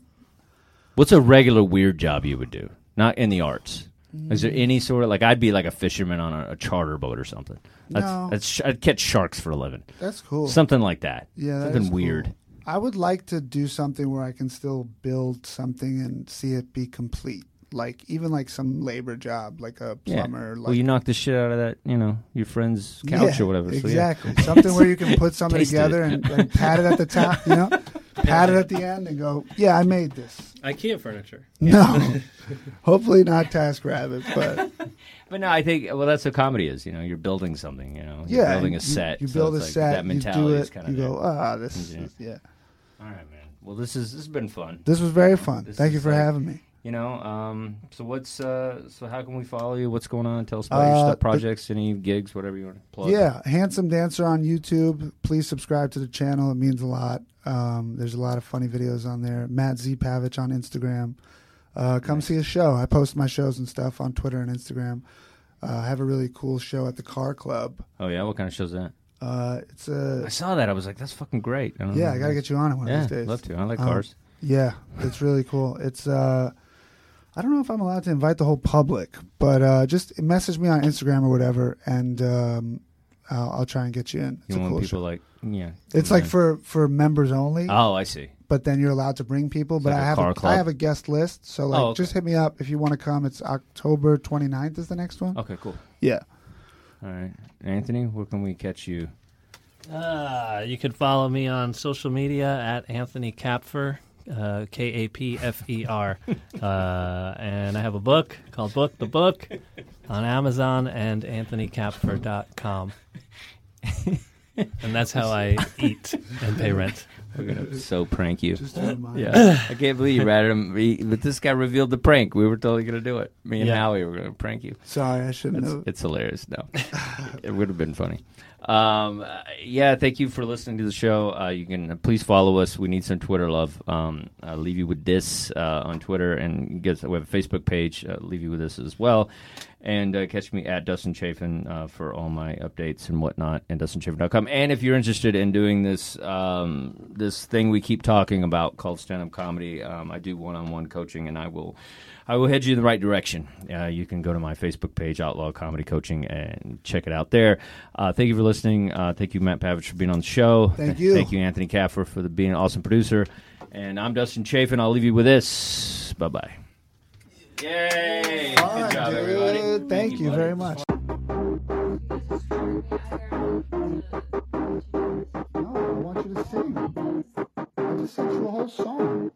What's a regular weird job you would do? Not in the arts. Is there any sort of like I'd be like a fisherman on a, a charter boat or something? That's, No. that's sh- I'd catch sharks for a living. that's cool. Something like that. yeah, that something is cool. weird. I would like to do something where I can still build something and see it be complete. Like even like some labor job, like a Yeah. plumber. Like, well, you knock the shit out of that, you know, your friend's couch Yeah, or whatever. So, yeah. Exactly. Something where you can put something Tasted together and, and pat it at the top, you know, pat it at the end and go, yeah, I made this. IKEA furniture. No, hopefully not Task Rabbit, but But no, I think well, that's what comedy is. You know, you're building something. You know, yeah, you're building you- a set. You so build a it's like set. That you mentality do is it. kind You of go, ah, this. Yeah. Is, yeah, All right, man. Well, this is this has been fun. this was very fun. This Thank is you for like- having me. You know, um, so what's uh, so how can we follow you? What's going on? Tell us about your Uh, stuff, the- projects, any gigs, whatever you want to plug. Yeah, handsome dancer on YouTube. Please subscribe to the channel. It means a lot. Um, there's a lot of funny videos on there. Matt Z Pavich on Instagram. Uh, come see a show. I post my shows and stuff on Twitter and Instagram. Uh, I have a really cool show at the Car Club. Oh yeah, what kind of show's that? Uh, it's I a saw that. I was like, that's fucking great. I don't yeah. know. I gotta get you on it one Yeah, of these days. love to. I like Um, cars. Yeah, it's really cool. It's uh I don't know if I'm allowed to invite the whole public, but uh just message me on Instagram or whatever and um I'll, I'll try and get you in. You It's a want cool people show. like yeah. It's come like for for members only, on. oh, I see. but then you're allowed to bring people, but like I a have car a, club. I have a guest list, so like Oh, okay. just hit me up if you want to come. It's October 29th is the next one. Okay, cool. Yeah. All right, Anthony, where can we catch you? Uh, you can follow me on social media at Anthony Kapfer, uh, K A P F E R. Uh, and I have a book called Book the Book on Amazon and AnthonyKapfer.com. and that's how I eat and pay rent. We're gonna so prank you. Just a reminder. Yeah, I can't believe you ratted him. He- But this guy revealed the prank. We were totally gonna do it. Me and Yeah. Howie were gonna prank you. Sorry, I shouldn't It's, have. it's hilarious. No, it would have been funny. Um, uh, yeah, thank you for listening to the show. Uh, you can uh, please follow us. We need some Twitter love. Um, uh, leave you with this uh, on Twitter, and get, we have a Facebook page. Uh, leave you with this as well, and uh, catch me at Dustin Chafin uh, for all my updates and whatnot, and DustinChafin.com. And if you're interested in doing this um, this thing we keep talking about called stand up comedy, um, I do one on one coaching, and I will. I will head you in the right direction. Uh, you can go to my Facebook page, Outlaw Comedy Coaching, and check it out there. Uh, thank you for listening. Uh, thank you, Matt Pavich, for being on the show. Thank Th- you. Thank you, Anthony Caffer, for the, being an awesome producer. And I'm Dustin Chafin. I'll leave you with this. Bye bye. Yay! All right, dude. Thank, you very much. No, I want you to sing. I just sent you a whole song.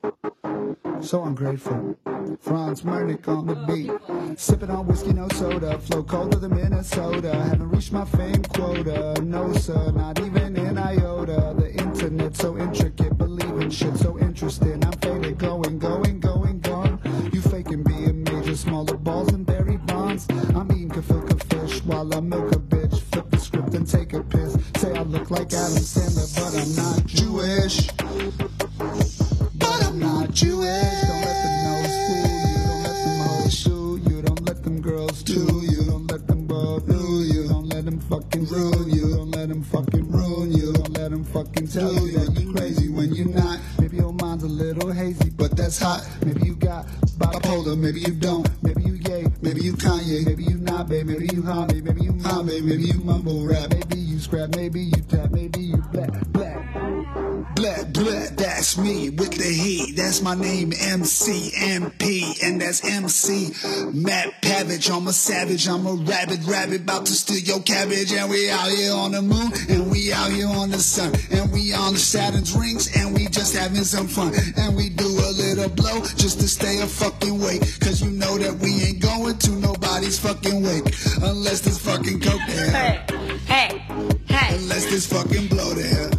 So ungrateful. Franz Wernick on the beat. Sipping on whiskey, no soda. Flow colder than Minnesota. Haven't reached my fame quota. No, sir, not even an iota. The internet so intricate. Believing shit so interesting. I'm faded, going, going, going, gone. You faking being major. Smaller balls and buried bonds. I'm eating gefilte fish while I milk a bitch. Flip the script and take a piss. Say I look like Adam Sandler, but I'm not Jewish but I'm not Jewish. Don't let them nose fool you. Don't let them hoes sue you. Don't let them girls do you. Don't let them bug rule you. Don't let them fucking ruin you. Don't let them fucking ruin you. Don't let them fucking tell you that you crazy when you not. Maybe your mind's a little hazy, but that's hot. Maybe you got bipolar. Maybe you don't. Maybe you yay. Maybe you Kanye. Maybe you Nabe. Maybe you Hame. Maybe you Mame. Maybe you mumble rap. Maybe you scrap. Maybe you tap. Maybe you black black. Black, black, that's me with the heat. That's my name, MC, MP, and that's MC. Matt Pavage, I'm a savage, I'm a rabid rabbit, about to steal your cabbage. And we out here on the moon, and we out here on the sun, and we on the Saturn's rings, and we just having some fun. And we do a little blow just to stay a fucking wake, cause you know that we ain't going to nobody's fucking wake, unless this fucking coke there, Hey, hey, hey, unless this fucking blow there.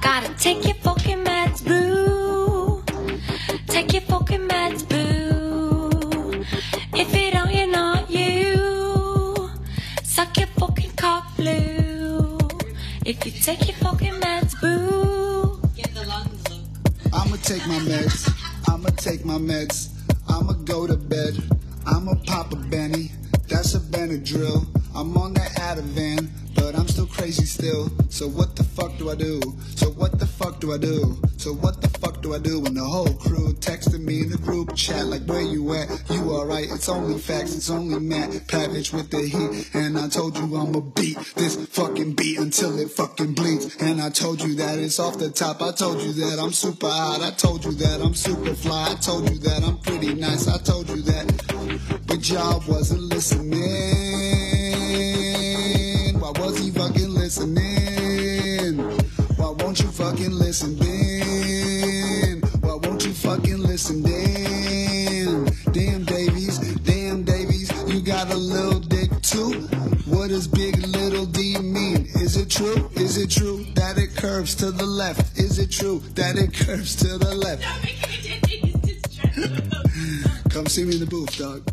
gotta take your fucking meds, boo. Take your fucking meds, boo. If it ain't you, not you. Suck your fucking cock blue. If you take your fucking meds, boo. Get the lungs look. I'ma take my meds. I'ma take my meds. I'ma go to bed. I'ma pop a Benny. That's a Benadryl. I'm on that Ativan, but I'm still crazy still. So what the fuck do I do? So what the fuck do I do? So what the fuck do I do when the whole crew texting me in the group chat like where you at? You alright? It's only facts. It's only Matt Pavage with the heat. And I told you I'ma beat this fucking beat until it fucking bleeds. And I told you that it's off the top. I told you that I'm super hot. I told you that I'm super fly. I told you that I'm pretty nice. I told you that. But y'all wasn't listening. Why wasn't you fucking listening? Why won't you fucking listen then? Why won't you fucking listen then? Damn Davies, damn Davies, you got a little dick too. What does big little D mean? Is it true? Is it true that it curves to the left? Is it true that it curves to the left? Come see me in the booth, dog.